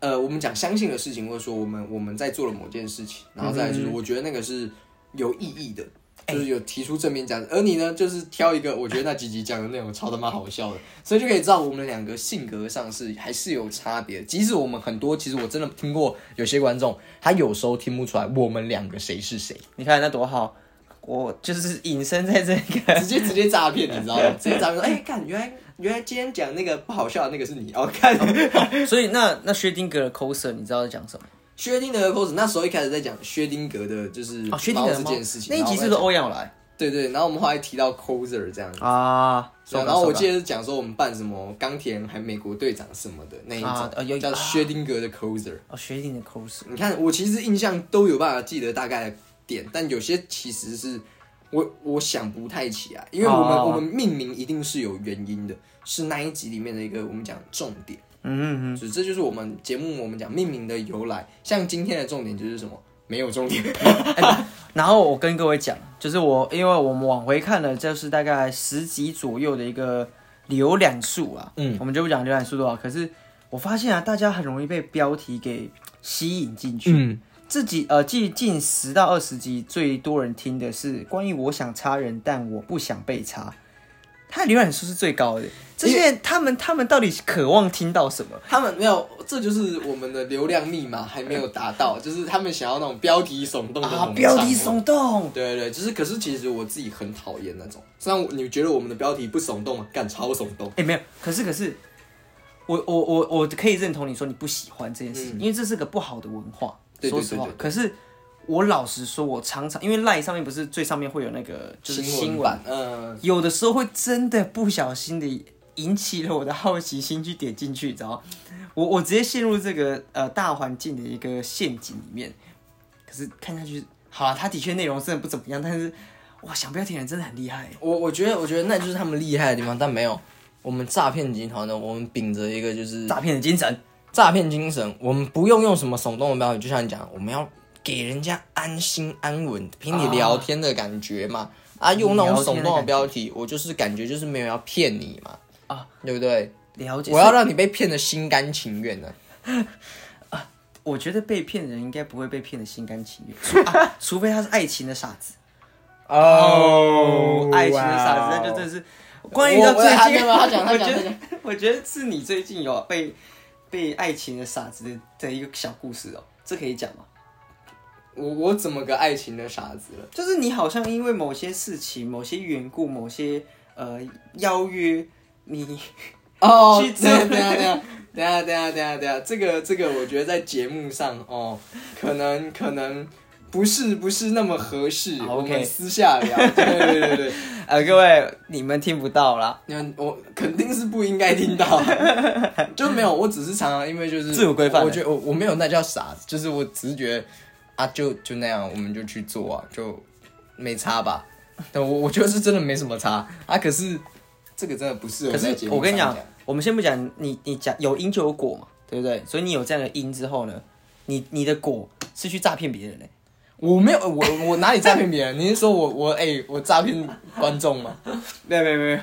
[SPEAKER 1] 呃，我们讲相信的事情，或者说我们我们在做了某件事情，然后再来就是我觉得那个是有意义的。就是有提出正面价值，而你呢，就是挑一个我觉得那几集讲的内容超他妈好笑的，所以就可以知道我们两个性格上是还是有差别的。即使我们很多，其实我真的听过有些观众，他有时候听不出来我们两个谁是谁，
[SPEAKER 2] 你看那多好，我就是隐身在这个。
[SPEAKER 1] 直接直接诈骗，你知道吗？直接诈骗说，哎、看，原来原来今天讲那个不好笑的那个是你哦，看
[SPEAKER 2] 所以那那薛定谔的 coser 你知道在讲什么？
[SPEAKER 1] 薛定谔的 pose，那时候一开始在讲薛定谔的，就是
[SPEAKER 2] 哦，薛定
[SPEAKER 1] 猫
[SPEAKER 2] 谔的
[SPEAKER 1] 这
[SPEAKER 2] 猫
[SPEAKER 1] 件事情，
[SPEAKER 2] 那一集是不哦
[SPEAKER 1] 然
[SPEAKER 2] 是
[SPEAKER 1] 后我
[SPEAKER 2] 欧阳有来
[SPEAKER 1] 们对对，然后我们后来提到 coser 这样子。
[SPEAKER 2] 啊？
[SPEAKER 1] 对然后我记得是讲说我们办什么钢铁人还美国队长什么的那一种，
[SPEAKER 2] 啊呃有
[SPEAKER 1] 叫
[SPEAKER 2] 啊
[SPEAKER 1] 薛定谔的 coser。
[SPEAKER 2] 哦，薛定谔的 coser
[SPEAKER 1] 你看，我其实印象都有办法记得大概的点，但有些其实是我我想不太起来，因为我们、
[SPEAKER 2] 哦
[SPEAKER 1] 我们命名一定是有原因的，是那一集里面的一个我们讲重点，
[SPEAKER 2] 嗯嗯嗯，
[SPEAKER 1] 所以这就是我们节目我们讲命名的由来。像今天的重点就是什么？没有重点，
[SPEAKER 2] 然后我跟各位讲，就是我因为我们往回看了，就是大概十集左右的一个浏览数啊，嗯，我们就不讲浏览数多少，可是我发现啊，大家很容易被标题给吸引进去，
[SPEAKER 1] 嗯，
[SPEAKER 2] 这集呃近近十到二十集最多人听的是关于我想插人，但我不想被插。他的浏览数是最高的。这些人他们他们到底渴望听到什么？
[SPEAKER 1] 他们没有，这就是我们的流量密码还没有达 到，就是他们想要那种标题耸动的
[SPEAKER 2] 啊，
[SPEAKER 1] 文
[SPEAKER 2] 标题
[SPEAKER 1] 章
[SPEAKER 2] 耸动，
[SPEAKER 1] 对对对，就是可是其实我自己很讨厌那种，虽然我你觉得我们的标题不耸动吗？干超耸动，
[SPEAKER 2] 哎、没有，可是可是，我我我我可以认同你说你不喜欢这件事情，因为这是个不好的文化。
[SPEAKER 1] 嗯对
[SPEAKER 2] 说
[SPEAKER 1] 对
[SPEAKER 2] 实
[SPEAKER 1] 对
[SPEAKER 2] 话
[SPEAKER 1] 对，
[SPEAKER 2] 可是我老实说，我常常因为赖上面不是最上面会有那个就是新
[SPEAKER 1] 闻
[SPEAKER 2] 闻
[SPEAKER 1] 版，，嗯，
[SPEAKER 2] 有的时候会真的不小心的引起了我的好奇心去点进去，你知道吗？我我直接陷入这个呃大环境的一个陷阱里面。可是看下去，好了，它的确内容真的不怎么样，但是哇，想标题的人真的很厉害。
[SPEAKER 1] 我我觉得我觉得那就是他们厉害的地方，但没有我们诈骗集团呢，我们秉着一个就是
[SPEAKER 2] 诈骗的精神，
[SPEAKER 1] 诈骗精神，我们不用用什么耸动的标语，就像你讲，我们要给人家安心安稳，凭
[SPEAKER 2] 啊
[SPEAKER 1] 你聊天的感觉嘛。啊，用那种耸动的标题，我就是感觉就是没有要骗你嘛，啊，对不对？
[SPEAKER 2] 了解。
[SPEAKER 1] 我要让你被骗的心甘情愿的、
[SPEAKER 2] 我觉得被骗的人应该不会被骗的心甘情愿，除,、啊、除非他是爱情的傻子。
[SPEAKER 3] 哦
[SPEAKER 2] 爱情的傻子，那就真的是。关于
[SPEAKER 1] 我
[SPEAKER 2] 到最
[SPEAKER 1] 我
[SPEAKER 2] 近，
[SPEAKER 1] 没有他讲他
[SPEAKER 2] 我
[SPEAKER 1] 讲
[SPEAKER 2] 觉
[SPEAKER 1] 他
[SPEAKER 2] 得，我觉得是你最近有被被爱情的傻子的的一个小故事哦，这可以讲吗？
[SPEAKER 1] 我我怎么个爱情的傻子了？
[SPEAKER 2] 就是你好像因为某些事情、某些缘故、某些呃邀约，你
[SPEAKER 1] 哦
[SPEAKER 2] 去
[SPEAKER 1] 等一下等一下等一下等一下等一下等一下等一下，啊这个这个，我觉得在节目上哦，可能可能不是不是那么合适，
[SPEAKER 2] 好
[SPEAKER 1] 我们
[SPEAKER 2] OK
[SPEAKER 1] 私下聊。对对对对，
[SPEAKER 2] 呃各位你们听不到啦，
[SPEAKER 1] 你们我肯定是不应该听到， 就没有，我只是常常因为就是
[SPEAKER 2] 自我规范
[SPEAKER 1] 我觉得我我没有那叫傻子，就是我只是觉得啊，就就那样，我们就去做啊，就没差吧。但我我觉得是真的没什么差啊，可是这个真的不是。
[SPEAKER 2] 可是我
[SPEAKER 1] 我
[SPEAKER 2] 跟你讲，我们先不讲你，你讲有因就有果嘛，对不对？所以你有这样的因之后呢，你你的果是去诈骗别人嘞、
[SPEAKER 1] 我没有，我我哪里诈骗别人？你是说我我哎、我诈骗观众吗？
[SPEAKER 2] 没有没有没有，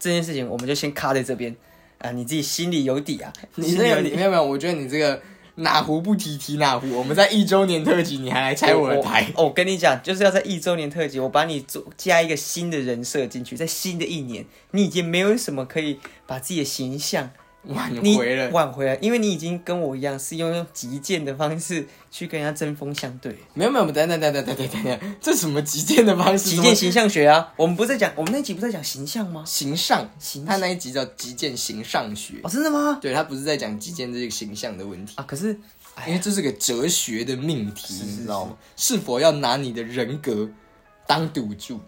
[SPEAKER 2] 这件事情我们就先卡在这边啊，你自己心里有底啊，
[SPEAKER 1] 你
[SPEAKER 2] 心
[SPEAKER 1] 这
[SPEAKER 2] 里
[SPEAKER 1] 个
[SPEAKER 2] 有
[SPEAKER 1] 你
[SPEAKER 2] 底。
[SPEAKER 1] 没有没有，我觉得你这个哪壶不提提哪壶。我们在一周年特辑，你还来拆我的台？
[SPEAKER 2] 我我跟你讲，就是要在一周年特辑，我把你做加一个新的人设进去，在新的一年，你已经没有什么可以把自己的形象
[SPEAKER 1] 挽
[SPEAKER 2] 你
[SPEAKER 1] 回了。
[SPEAKER 2] 挽回来，因为你已经跟我一样是用用极剑的方式去跟人家针锋相对。
[SPEAKER 1] 没有没有，等等等等等等等等，这什么 极简的方式？
[SPEAKER 2] 极限形象学啊，我们不是在讲，我们那集不是在讲形象吗？
[SPEAKER 1] 形上，
[SPEAKER 2] 形
[SPEAKER 1] 他那一集叫极简形上学。
[SPEAKER 2] 哦，真的吗？
[SPEAKER 1] 对他不是在讲极简这个形象的问题，
[SPEAKER 2] 啊，可是
[SPEAKER 1] 因为这是个哲学的命题，
[SPEAKER 2] 是
[SPEAKER 1] 你知道吗？哎是否要拿你的人格当赌注，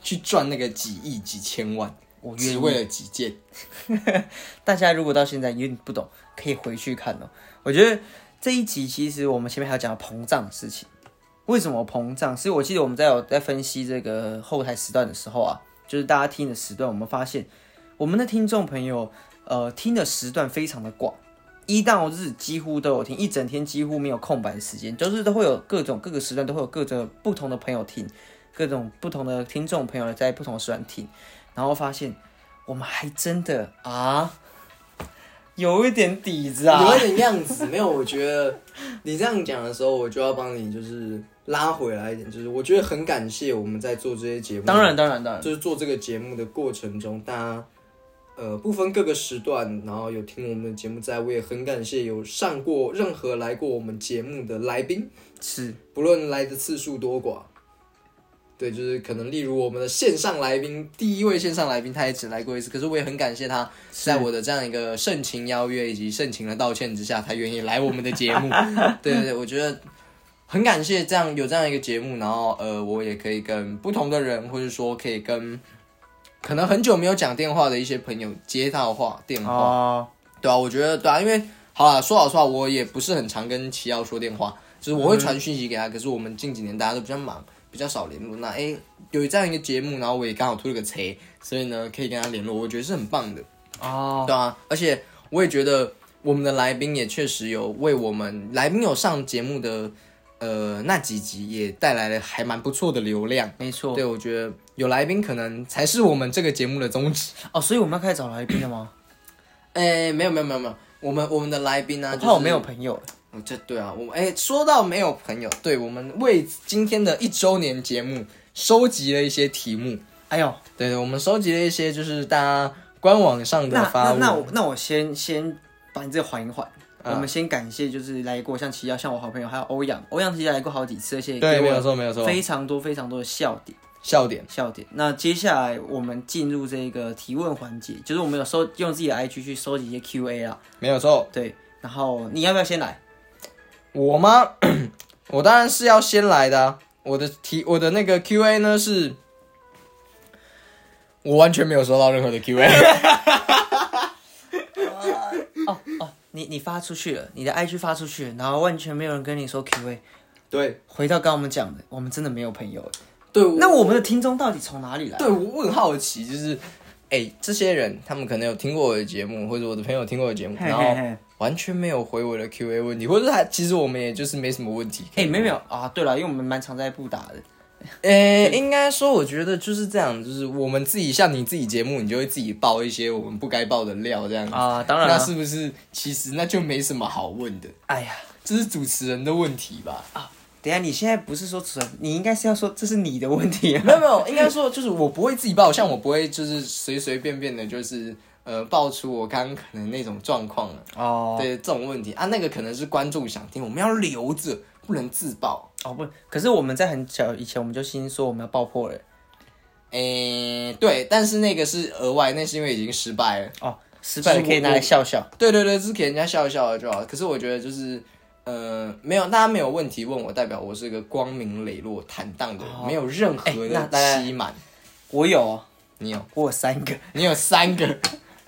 [SPEAKER 1] 去赚那个几亿几千万，
[SPEAKER 2] 我愿
[SPEAKER 1] 只
[SPEAKER 2] 意
[SPEAKER 1] 为了极简？
[SPEAKER 2] 大家如果到现在有点不懂，可以回去看哦。我觉得这一集其实我们前面还有讲到膨胀的事情，为什么膨胀？是我记得我们在有在分析这个后台时段的时候啊，就是大家听的时段，我们发现我们的听众朋友，呃，听的时段非常的广。一到日几乎都有听，一整天几乎没有空白的时间，就是都会有各种各个时段都会有各种不同的朋友听，各种不同的听众朋友在不同的时段听，然后发现我们还真的啊，有一点底子啊，
[SPEAKER 1] 有一 点样子，没有？我觉得你这样讲的时候，我就要帮你就是拉回来一点，就是我觉得很感谢我们在做这些节目，
[SPEAKER 2] 当然当然当然，
[SPEAKER 1] 就是做这个节目的过程中，大家呃不分各个时段，然后有听我们的节目在，我也很感谢有上过任何来过我们节目的来宾，
[SPEAKER 2] 是
[SPEAKER 1] 不论来的次数多寡。对，就是可能例如我们的线上来宾，第一位线上来宾他也只来过一次，可是我也很感谢他，在我的这样一个盛情邀约以及盛情的道歉之下，他愿意来我们的节目。对对对，我觉得很感谢这样有这样一个节目，然后呃，我也可以跟不同的人，或者说可以跟可能很久没有讲电话的一些朋友接到话电话，
[SPEAKER 2] 哦，
[SPEAKER 1] 对啊，我觉得对啊，因为好啦，说老实话，我也不是很常跟齐耀说电话，就是我会传讯息给他，可是我们近几年大家都比较忙，比较少联络。那诶，有这样一个节目，然后我也刚好推了个车，所以呢可以跟他联络，我觉得是很棒的，
[SPEAKER 2] 哦，
[SPEAKER 1] 对啊，而且我也觉得我们的来宾也确实有为我们来宾有上节目的呃那几集也带来了还蛮不错的流量。
[SPEAKER 2] 没错，
[SPEAKER 1] 对，我觉得有来宾可能才是我们这个节目的宗旨。
[SPEAKER 2] 哦，所以我们要开始找来宾了吗？
[SPEAKER 1] 诶，哎没有没有没有没有，我们我们的来宾呢、
[SPEAKER 2] 我
[SPEAKER 1] 就是
[SPEAKER 2] 啊怕我没有朋友，
[SPEAKER 1] 哦，这对啊，我们哎，说到没有朋友，对我们为今天的一周年节目收集了一些题目，
[SPEAKER 2] 哎呦，
[SPEAKER 1] 对对，我们收集了一些就是大家官网上的
[SPEAKER 2] 那
[SPEAKER 1] 发啊
[SPEAKER 2] 那
[SPEAKER 1] 文，
[SPEAKER 2] 那我那我先先把你这个缓一缓。我们先感谢，就是来过像齐耀，像我好朋友，还有欧阳。欧阳其实来过好几次，而且
[SPEAKER 1] 对，没
[SPEAKER 2] 给
[SPEAKER 1] 有
[SPEAKER 2] 我
[SPEAKER 1] 错没有错，
[SPEAKER 2] 非常多非常多的笑点。
[SPEAKER 1] 笑点，
[SPEAKER 2] 笑点。那接下来我们进入这个提问环节，就是我们有收用自己的 IG 去收集一些 QA 啦。
[SPEAKER 1] 没有错。
[SPEAKER 2] 对，然后你要不要先来？
[SPEAKER 1] 我吗？ 我当然是要先来的、啊。我的题，我的那个 Q&A 呢是，我完全没有收到任何的 Q&A。
[SPEAKER 2] 你你发出去了，你的 IG 发出去了，然后完全没有人跟你说 QA。
[SPEAKER 1] 对
[SPEAKER 2] 回到刚刚我们讲的，我们真的没有朋友。
[SPEAKER 1] 对，
[SPEAKER 2] 那我们的听众到底从哪里来？
[SPEAKER 1] 对我我很好奇，就是哎、这些人他们可能有听过我的节目，或者我的朋友有听过我的节目，
[SPEAKER 2] 嘿
[SPEAKER 1] 然
[SPEAKER 2] 嘿
[SPEAKER 1] 后
[SPEAKER 2] 嘿。
[SPEAKER 1] 完全没有回我的 Q&A 问题，或者他其实我们也就是没什么问题。
[SPEAKER 2] 哎、没有没有啊，对了，因为我们蛮常在布达的，
[SPEAKER 1] 诶、呃应该说，我觉得就是这样，就是我们自己像你自己节目，你就会自己爆一些我们不该爆的料，这样子
[SPEAKER 2] 啊当然啊
[SPEAKER 1] 那是不是其实那就没什么好问的？
[SPEAKER 2] 哎呀，
[SPEAKER 1] 这是主持人的问题吧？
[SPEAKER 2] 啊等一下你现在不是说主持人，你应该是要说这是你的问题、啊
[SPEAKER 1] 没。有没有，应该说就是我不会自己爆，像我不会就是随随便便的，就是呃爆出我刚刚可能那种状况了，
[SPEAKER 2] 哦
[SPEAKER 1] 对这种问题啊，那个可能是观众想听，我们要留着，不能自爆。
[SPEAKER 2] 哦不，可是我们在很久以前我们就先说我们要爆破了。
[SPEAKER 1] 诶、对，但是那个是额外，那是因为已经失败了。
[SPEAKER 2] 哦，失败了可以拿来笑笑。
[SPEAKER 1] 对对对，就是给人家笑一笑的就好。可是我觉得就是，呃，没有大家没有问题问我，代表我是一个光明磊落、坦荡的人，没有任何
[SPEAKER 2] 哎那
[SPEAKER 1] 的
[SPEAKER 2] 大家
[SPEAKER 1] 欺瞒。
[SPEAKER 2] 我有哦，
[SPEAKER 1] 你有，
[SPEAKER 2] 我有三个，
[SPEAKER 1] 你有三个，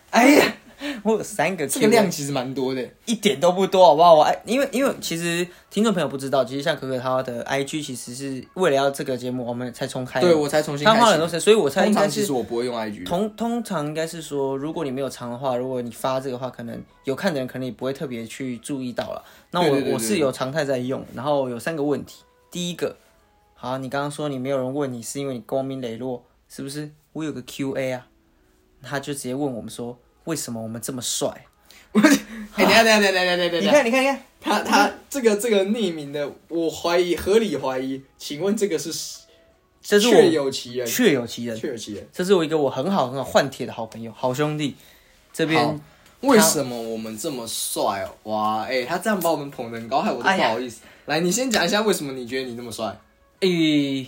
[SPEAKER 2] 哎呀，我有三个 Q，
[SPEAKER 1] 这个量其实蛮多的。
[SPEAKER 2] 一点都不多，好不好？我哎，因为因为其实听众朋友不知道，其实像可可他的 IG 其实是为了要这个节目，我们才重开的。
[SPEAKER 1] 对我才重新
[SPEAKER 2] 他花了
[SPEAKER 1] 开
[SPEAKER 2] 很多
[SPEAKER 1] 始。
[SPEAKER 2] 时间，所以我猜
[SPEAKER 1] 通
[SPEAKER 2] 应该
[SPEAKER 1] 常啊其实
[SPEAKER 2] 是。
[SPEAKER 1] 我不会用 IG，
[SPEAKER 2] 通通常应该是说，如果你没有长的话，如果你发这个话，可能有看的人可能也不会特别去注意到了。那我
[SPEAKER 1] 对对对对
[SPEAKER 2] 我是有常态在用，然后有三个问题。第一个，好，你刚刚说你没有人问你，是因为你光明磊落，是不是？我有个 Q&A 啊，他就直接问我们说，为什么我们这么帅？
[SPEAKER 1] 哎，等一下等一下等一下等一下等一
[SPEAKER 2] 你
[SPEAKER 1] 下，
[SPEAKER 2] 看，你看，你看，
[SPEAKER 1] 他他这个这个匿名的，我怀疑合理怀疑，请问这个是
[SPEAKER 2] 这是
[SPEAKER 1] 确
[SPEAKER 2] 我
[SPEAKER 1] 有其人，
[SPEAKER 2] 确有其人，
[SPEAKER 1] 确有其人。
[SPEAKER 2] 这是我一个我很好很好换帖的好朋友、好兄弟。这边
[SPEAKER 1] 好为什么我们这么帅哦？哇，哎、他这样把我们捧得很高，害我都不
[SPEAKER 2] 哎呀
[SPEAKER 1] 好意思。来，你先讲一下为什么你觉得你那么帅？
[SPEAKER 2] 诶、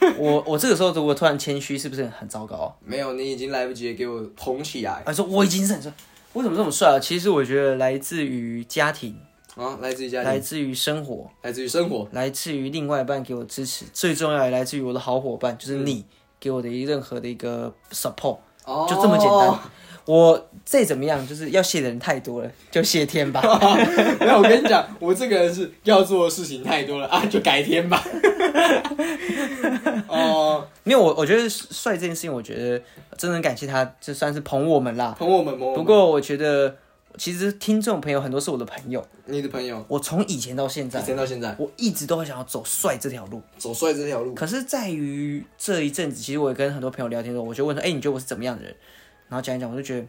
[SPEAKER 2] 哎 我我这个时候如果突然谦虚，是不是很糟糕？
[SPEAKER 1] 没有，你已经来不及给我捧起来
[SPEAKER 2] 啊，说我已经是很帅，为什么这么帅啊？其实我觉得来自于家庭，
[SPEAKER 1] 啊！来自于家庭，
[SPEAKER 2] 来自于生活，
[SPEAKER 1] 来自于生活，
[SPEAKER 2] 来自于另外一半给我支持，最重要也来自于我的好伙伴，就是你给我的一任何的一个 support，
[SPEAKER 1] 嗯哦，
[SPEAKER 2] 就这么简单。我再怎么样，就是要谢的人太多了，就谢 天吧。
[SPEAKER 1] 哦没有，我跟你讲，我这个人是要做的事情太多了啊，就改天吧。 哦，
[SPEAKER 2] 因为我我觉得帅这件事情，我觉得真的很感谢他，这算是捧我们啦。
[SPEAKER 1] 捧我们，捧我
[SPEAKER 2] 不
[SPEAKER 1] 们。
[SPEAKER 2] 过我觉得，其实听众朋友很多是我的朋友，
[SPEAKER 1] 你的朋友，
[SPEAKER 2] 我从以前到现
[SPEAKER 1] 以
[SPEAKER 2] 在，
[SPEAKER 1] 前到现在
[SPEAKER 2] 我一直都很想要走帅这条路。
[SPEAKER 1] 走帅这条路，
[SPEAKER 2] 可是在于这一阵子，其实我也跟很多朋友聊天的时候，我就问说：“哎、你觉得我是怎么样的人？”然后讲一讲，我就觉得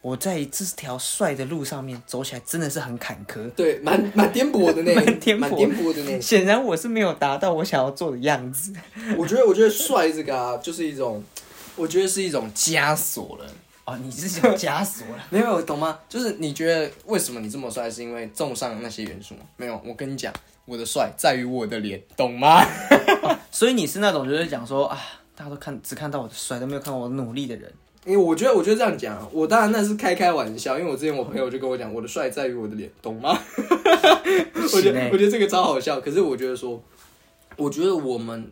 [SPEAKER 2] 我在这条帅的路上面走起来真的是很坎坷。
[SPEAKER 1] 对，蛮蛮颠簸的呢，
[SPEAKER 2] 蛮颠簸
[SPEAKER 1] 蛮颠簸的呢。
[SPEAKER 2] 显然我是没有达到我想要做的样子。
[SPEAKER 1] 我觉得，我觉得帅这个啊，就是一种，我觉得是一种枷锁了。
[SPEAKER 2] 哦，你是 想枷锁了？
[SPEAKER 1] 没有，懂吗？就是你觉得为什么你这么帅，是因为综上那些元素吗？没有，我跟你讲，我的帅在于我的脸，懂吗？
[SPEAKER 2] 所以你是那种就是讲说啊，大家都看只看到我的帅，都没有看到我努力 的人。
[SPEAKER 1] 因为我觉得，我觉得这样讲啊，我当然那是开开玩笑，因为我之前我朋友就跟我讲，我的帅在于我的脸，懂吗？我觉
[SPEAKER 2] 行欸
[SPEAKER 1] 得我觉得这个超好笑，可是我觉得说，我觉得我们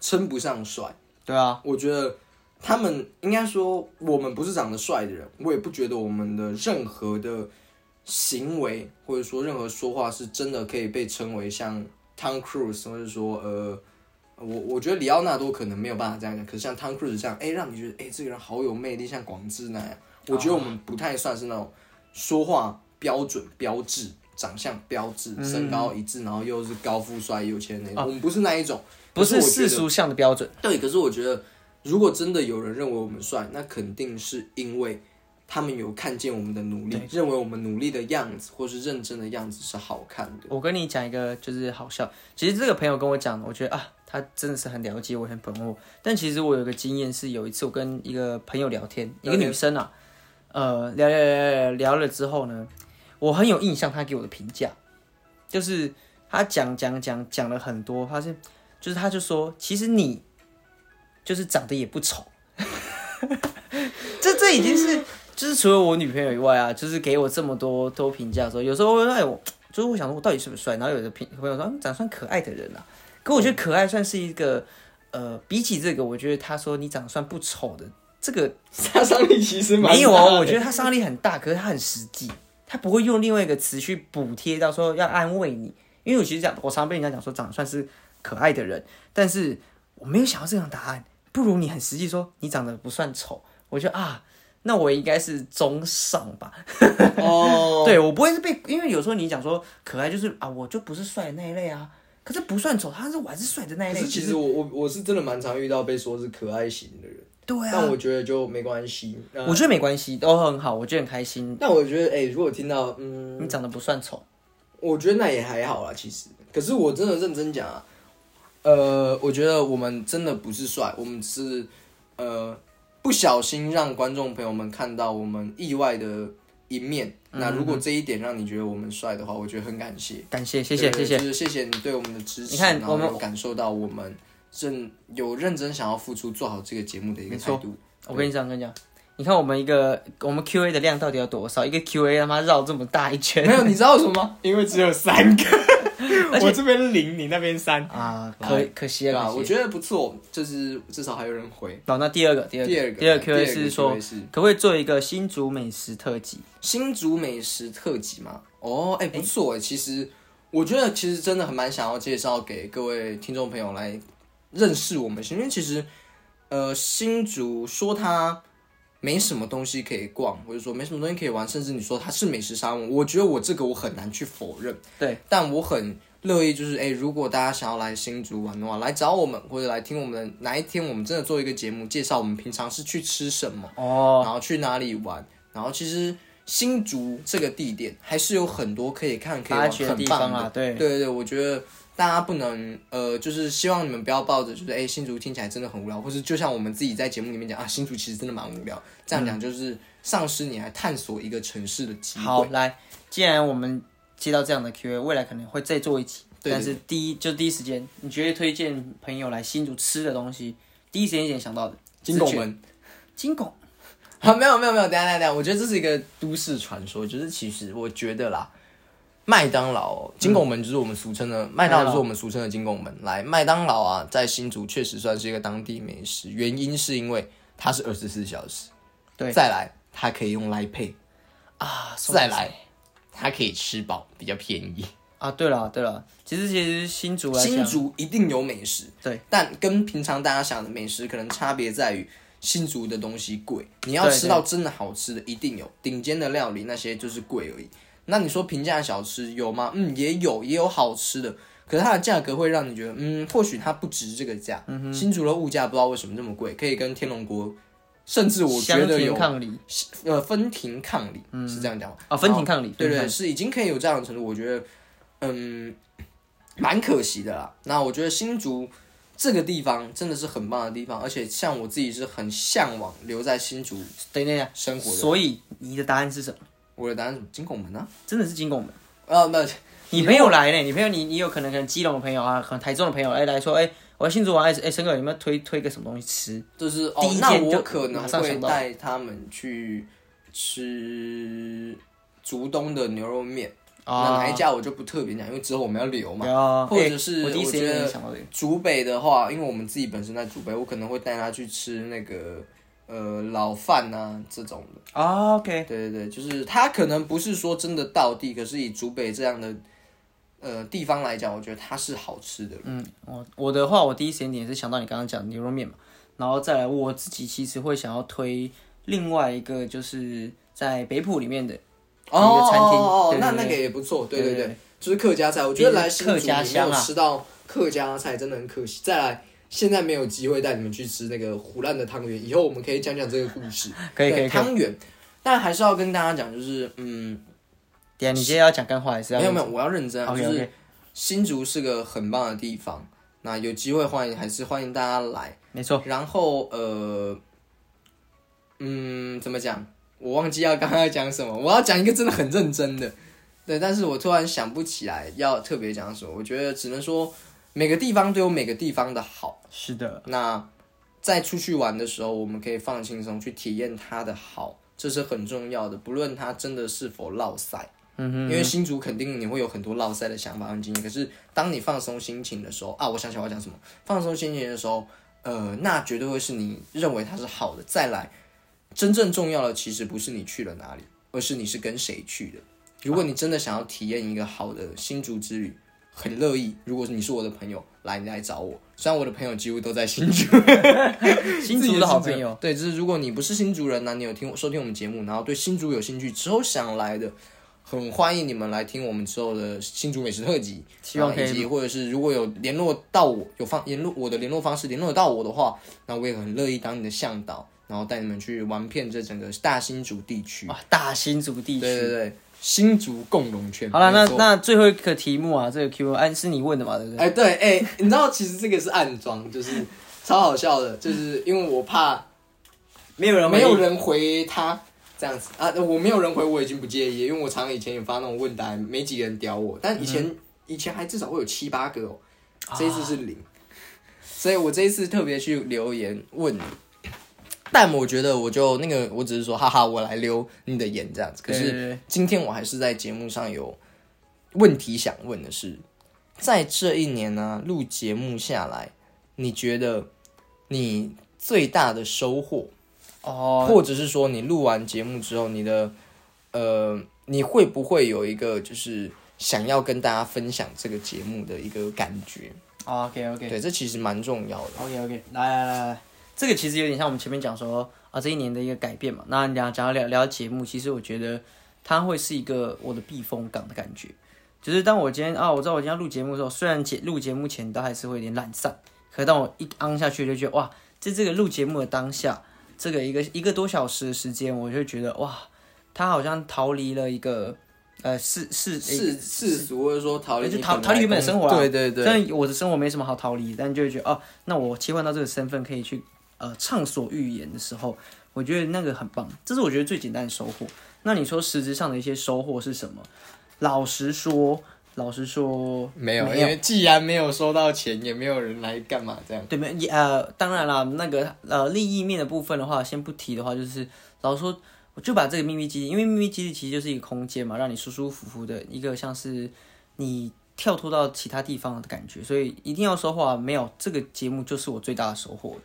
[SPEAKER 1] 称不上帅，
[SPEAKER 2] 对啊，
[SPEAKER 1] 我觉得他们应该说我们不是长得帅的人，我也不觉得我们的任何的行为或者说任何说话是真的可以被称为像 Tom Cruise 或者说呃。我我觉得里奥纳多可能没有办法这样讲，可是像 Tom Cruise 这样，哎、让你觉得哎、这个人好有魅力，像广志那样，我觉得我们不太算是那种说话标准标志、长相标志、身高一致，然后又是高富帅、有钱人那种，我们不是那一种，
[SPEAKER 2] 啊不
[SPEAKER 1] 可
[SPEAKER 2] 是
[SPEAKER 1] 我觉得
[SPEAKER 2] 世俗向的标准。
[SPEAKER 1] 对，可是我觉得，如果真的有人认为我们帅，那肯定是因为他们有看见我们的努力，认为我们努力的样子或是认真的样子是好看的。
[SPEAKER 2] 我跟你讲一个就是好笑，其实这个朋友跟我讲的，我觉得啊，他真的是很了解我，很懂我。但其实我有个经验是，有一次我跟一个朋友聊天，一个女生啊，呃，聊聊聊聊聊了之后呢，我很有印象她给我的评价，就是她讲讲讲讲了很多，发现就是她就说，其实你就是长得也不丑， 这这已经是。就是除了我女朋友以外啊，就是给我这么多多评价的时候，有时候哎我就是我想说我到底是不是帅，然后有的朋朋友说、嗯、长得算可爱的人啊，可我觉得可爱算是一个呃，比起这个，我觉得他说你长得算不丑的这个
[SPEAKER 3] 杀伤力其实蛮
[SPEAKER 2] 没有
[SPEAKER 3] 大
[SPEAKER 2] 哦，
[SPEAKER 3] 的
[SPEAKER 2] 我觉得他杀伤力很大，可是他很实际，他不会用另外一个词去补贴到说要安慰你，因为我其实讲我常被人家讲说长得算是可爱的人，但是我没有想到这样答案，不如你很实际说你长得不算丑，我觉得啊。那我应该是中上吧，
[SPEAKER 1] 哦，
[SPEAKER 2] 对我不会是被，因为有时候你讲说可爱就是啊，我就不是帅的那一类啊，可是不算丑，他是我还是帅的那一
[SPEAKER 1] 可
[SPEAKER 2] 类。
[SPEAKER 1] 是其实我我我是真的蛮常遇到被说是可爱型的人，
[SPEAKER 2] 对啊，
[SPEAKER 1] 但我觉得就没关系。那
[SPEAKER 2] 我觉得没关系，都很好，我觉得很开心。
[SPEAKER 1] 但我觉得，哎、如果听到，嗯，
[SPEAKER 2] 你长得不算丑，
[SPEAKER 1] 我觉得那也还好啊啦，其实。可是我真的认真讲啊，呃，我觉得我们真的不是帅，我们是呃不小心让观众朋友们看到我们意外的一面。那如果这一点让你觉得我们帅的话，我觉得很感谢。
[SPEAKER 2] 感嗯谢，谢谢，
[SPEAKER 1] 对
[SPEAKER 2] 谢谢。
[SPEAKER 1] 就是谢谢你对我们的支持，
[SPEAKER 2] 你看
[SPEAKER 1] 然后
[SPEAKER 2] 我们
[SPEAKER 1] 有感受到我们认有认真想要付出做好这个节目的一个态度。
[SPEAKER 2] 我跟你讲，跟你讲，你看我们一个我们 Q A 的量到底有多少？一个 Q A 他妈绕这么大一 圈
[SPEAKER 1] 没有，你知道为什么吗？
[SPEAKER 3] 因为只有三 个，我这边零，你那边三，
[SPEAKER 2] 啊，可可惜
[SPEAKER 1] 啊，
[SPEAKER 2] 了，
[SPEAKER 1] 我
[SPEAKER 2] 可惜。
[SPEAKER 1] 觉得不错，就是至少还有人回。
[SPEAKER 2] 好，那第二个，第二
[SPEAKER 1] 第二
[SPEAKER 2] 个，
[SPEAKER 1] 个，
[SPEAKER 2] 第二 Q A
[SPEAKER 1] 第二
[SPEAKER 2] 是
[SPEAKER 1] 个
[SPEAKER 2] 说
[SPEAKER 1] Q&A 是
[SPEAKER 2] 可不可以做一个新竹美食特辑？
[SPEAKER 1] 新竹美食特辑嘛？哦，哎、不错哎、其实我觉得其实真的很蛮想要介绍给各位听众朋友来认识我们，因为其实呃新竹说它没什么东西可以逛，或者说没什么东西可以玩，甚至你说它是美食沙漠，我觉得我这个我很难去否认。
[SPEAKER 2] 对，
[SPEAKER 1] 但我很乐意，就是哎、如果大家想要来新竹玩的话，来找我们或者来听我们的哪一天，我们真的做一个节目，介绍我们平常是去吃什么。
[SPEAKER 2] 哦，
[SPEAKER 1] 然后去哪里玩，然后其实新竹这个地点还是有很多可以看、可以
[SPEAKER 2] 发
[SPEAKER 1] 玩、
[SPEAKER 2] 掘的
[SPEAKER 1] 很
[SPEAKER 2] 地
[SPEAKER 1] 棒
[SPEAKER 2] 方
[SPEAKER 1] 的。
[SPEAKER 2] 啊，对
[SPEAKER 1] 对，对对，我觉得大家不能呃，就是希望你们不要抱着就是哎、新竹听起来真的很无聊，或是就像我们自己在节目里面讲啊，新竹其实真的蛮无聊，这样讲就是丧失你来探索一个城市的机
[SPEAKER 2] 嗯好
[SPEAKER 1] 会。，
[SPEAKER 2] 来，既然我们接到这样的 Q&A，未来可能会再做一集，
[SPEAKER 1] 对对
[SPEAKER 2] 但是第一就第一时间，你绝对推荐朋友来新竹吃的东西，第一时间一点想到的
[SPEAKER 1] 金拱门。
[SPEAKER 2] 金拱，
[SPEAKER 1] 好，没有没有没有，等一下等一下等一下，我觉得这是一个都市传说，就是其实我觉得啦，麦当劳哦、金拱门就是我们俗称
[SPEAKER 2] 嗯
[SPEAKER 1] 的麦当劳，就是我们俗称的金拱门。来，麦当劳啊，在新竹确实算是一个当地美食，原因是因为它是二十四小时。
[SPEAKER 2] 对
[SPEAKER 1] 再来它可以用来配，
[SPEAKER 2] 啊，送
[SPEAKER 1] 再
[SPEAKER 2] 给
[SPEAKER 1] 来
[SPEAKER 2] 谁
[SPEAKER 1] 它可以吃饱，比较便宜。
[SPEAKER 2] 啊，对了对了，其实其实新竹来
[SPEAKER 1] 新
[SPEAKER 2] 讲，
[SPEAKER 1] 竹一定有美食，
[SPEAKER 2] 对，
[SPEAKER 1] 但跟平常大家想的美食可能差别在于。新竹的东西贵，你要
[SPEAKER 2] 对
[SPEAKER 1] 吃到真的好吃的一定有，顶尖的料理那些就是贵而已。那你说平价小吃有吗？嗯，也有，也有好吃的，可是它的价格会让你觉得，嗯，或许它不值这个价。
[SPEAKER 2] 嗯
[SPEAKER 1] 新竹的物价不知道为什么这么贵，可以跟天龙国，甚至我觉
[SPEAKER 2] 香
[SPEAKER 1] 得
[SPEAKER 2] 甜
[SPEAKER 1] 有
[SPEAKER 2] 抗礼
[SPEAKER 1] 呃分庭抗礼，是这样讲吗？
[SPEAKER 2] 啊，分庭抗礼，
[SPEAKER 1] 对
[SPEAKER 2] 分庭
[SPEAKER 1] 对，是已经可以有这样的程度，我觉得，嗯，蛮可惜的啦。那我觉得新竹这个地方真的是很棒的地方，而且像我自己是很向往留在新竹
[SPEAKER 2] 抗礼，等一下，
[SPEAKER 1] 生活的。
[SPEAKER 2] 所以你的答案是什么？
[SPEAKER 1] 我的答案是金拱门啊，
[SPEAKER 2] 真的是金拱门。
[SPEAKER 1] 呃，没有，
[SPEAKER 2] 你朋友来呢？你朋友你你有可能可能基隆的朋友啊，可能台中的朋友哎来说哎，我要新竹玩哎哎，森哥有没有推推个什么东西吃？
[SPEAKER 1] 就是
[SPEAKER 2] 第
[SPEAKER 1] 哦
[SPEAKER 2] 一，
[SPEAKER 1] 那
[SPEAKER 2] 件就
[SPEAKER 1] 我可能
[SPEAKER 2] 马上
[SPEAKER 1] 会
[SPEAKER 2] 想到
[SPEAKER 1] 带他们去吃竹东的牛肉面，那哪一家我就不特别讲，因为之后我们要留嘛。
[SPEAKER 2] 啊，
[SPEAKER 1] 或者是
[SPEAKER 2] 欸我第一时间
[SPEAKER 1] 我觉得
[SPEAKER 2] 没想到这个
[SPEAKER 1] 竹北的话，因为我们自己本身在竹北，我可能会带他去吃那个呃老饭啊这种的。
[SPEAKER 2] 啊，OK，
[SPEAKER 1] 对对对，就是他可能不是说真的到地，可是以竹北这样的呃地方来讲，我觉得它是好吃的。
[SPEAKER 2] 嗯，我我的话，我第一时间点是想到你刚刚讲的牛肉面嘛，然后再来我自己其实会想要推另外一个就是在北浦里面的，
[SPEAKER 1] 哦
[SPEAKER 2] 一个餐厅
[SPEAKER 1] 哦哦
[SPEAKER 2] 对对对
[SPEAKER 1] 那那个也不错，对对
[SPEAKER 2] 对
[SPEAKER 1] 对，就是客家菜。我觉得来新竹
[SPEAKER 2] 客家
[SPEAKER 1] 你没
[SPEAKER 2] 乡
[SPEAKER 1] 有
[SPEAKER 2] 啊
[SPEAKER 1] 吃到客家菜真的很可惜。再来，现在没有机会带你们去吃那个胡烂的汤圆，以后我们可以讲讲这个故事。
[SPEAKER 2] 可以
[SPEAKER 1] 对
[SPEAKER 2] 可以可以，
[SPEAKER 1] 汤圆。但还是要跟大家讲，就是嗯，
[SPEAKER 2] 等啊一下你今天要讲干话还是要
[SPEAKER 1] 没有没有，我要认真啊，
[SPEAKER 2] OK
[SPEAKER 1] 就
[SPEAKER 2] OK，
[SPEAKER 1] 是新竹是个很棒的地方，那有机会欢迎还是欢迎大家来。
[SPEAKER 2] 没错，
[SPEAKER 1] 然后呃，嗯，怎么讲？我忘记要刚刚要讲什么，我要讲一个真的很认真的，对，但是我突然想不起来要特别讲什么。我觉得只能说每个地方都有每个地方的好。
[SPEAKER 2] 是的，
[SPEAKER 1] 那在出去玩的时候，我们可以放轻松去体验它的好，这是很重要的。不论它真的是否落塞，
[SPEAKER 2] 嗯哼，
[SPEAKER 1] 因为新竹肯定你会有很多落塞的想法和经验。可是当你放松心情的时候啊，我想起来我要讲什么，放松心情的时候，呃，那绝对会是你认为它是好的。再来，真正重要的其实不是你去了哪里，而是你是跟谁去的。如果你真的想要体验一个好的新竹之旅，很乐意。如果你是我的朋友，来你来找我。虽然我的朋友几乎都在 新竹，
[SPEAKER 2] 新
[SPEAKER 1] 自己
[SPEAKER 2] 竹的好朋
[SPEAKER 1] 新
[SPEAKER 2] 友，
[SPEAKER 1] 竹。对，就是如果你不是新竹人呢、你有听我收听我们节目，然后对新竹有兴趣之后想来的，很欢迎你们来听我们之后的新竹美食特辑，
[SPEAKER 2] 希望
[SPEAKER 1] 然
[SPEAKER 2] 可
[SPEAKER 1] 后
[SPEAKER 2] 以
[SPEAKER 1] 以及或者是如果有联络到我，有方联络我的联络方式联络到我的话，那我也很乐意当你的向导，然后带你们去玩遍这整个大新竹地区。
[SPEAKER 2] 哇，大新竹啊地
[SPEAKER 1] 对
[SPEAKER 2] 区。
[SPEAKER 1] 对对，新竹共荣圈。
[SPEAKER 2] 好了，
[SPEAKER 1] 没
[SPEAKER 2] 那
[SPEAKER 1] 错
[SPEAKER 2] 那最后一个题目啊，这个 Q N 是你问的嘛，对不对？
[SPEAKER 1] 哎、对，哎、你知道其实这个是暗装，就是超好笑的，就是因为我怕
[SPEAKER 2] 没有人
[SPEAKER 1] 没有人回他这样子啊，我没有人回我已经不介意，因为我常以前也发那种问答，没几个人屌我，但以前、以前还至少会有七八个哦，这一次是零，所以我这一次特别去留言问你。但我觉得我就那个，我只是说哈哈，我来溜你的眼这样子。可
[SPEAKER 2] 对对
[SPEAKER 1] 是
[SPEAKER 2] 对
[SPEAKER 1] 今天我还是在节目上有问题想问的是，在这一年呢、录节目下来，你觉得你最大的收获
[SPEAKER 2] 哦，
[SPEAKER 1] 或者是说你录完节目之后，你的呃，你会不会有一个就是想要跟大家分享这个节目的一个感觉？
[SPEAKER 2] OK OK
[SPEAKER 1] 对，这其实蛮重要的。
[SPEAKER 2] OK OK，来来来来，这个其实有点像我们前面讲说啊，这一年的一个改变嘛。那聊讲到聊聊节目，其实我觉得它会是一个我的避风港的感觉。就是当我今天啊，我知道我今天要录节目的时候，虽然节录节目前都还是会有点懒散，可当我一昂下去就觉得哇，在这个录节目的当下，这个一个一个多小时的时间，我就觉得哇，它好像逃离了一个呃是 是
[SPEAKER 1] 世世俗或者说逃离
[SPEAKER 2] 就
[SPEAKER 1] 你
[SPEAKER 2] 逃
[SPEAKER 1] 本来
[SPEAKER 2] 逃离原本的
[SPEAKER 1] 工
[SPEAKER 2] 生活啦
[SPEAKER 1] 对对对，
[SPEAKER 2] 虽然我的生活没什么好逃离，但就会觉得哦，那我切换到这个身份可以去呃畅所欲言的时候，我觉得那个很棒，这是我觉得最简单的收获。那你说实质上的一些收获是什么？老实说，老实说，
[SPEAKER 1] 没有
[SPEAKER 2] 没
[SPEAKER 1] 因
[SPEAKER 2] 有
[SPEAKER 1] 为既然没有收到钱，也没有人来干嘛这样。
[SPEAKER 2] 对没也呃，当然啦，那个呃利益面的部分的话，先不提的话，就是老实说，我就把这个秘密基地，因为秘密基地其实就是一个空间嘛，让你舒舒服服的一个像是你跳脱到其他地方的感觉，所以一定要说话，没有这个节目就是我最大的收获。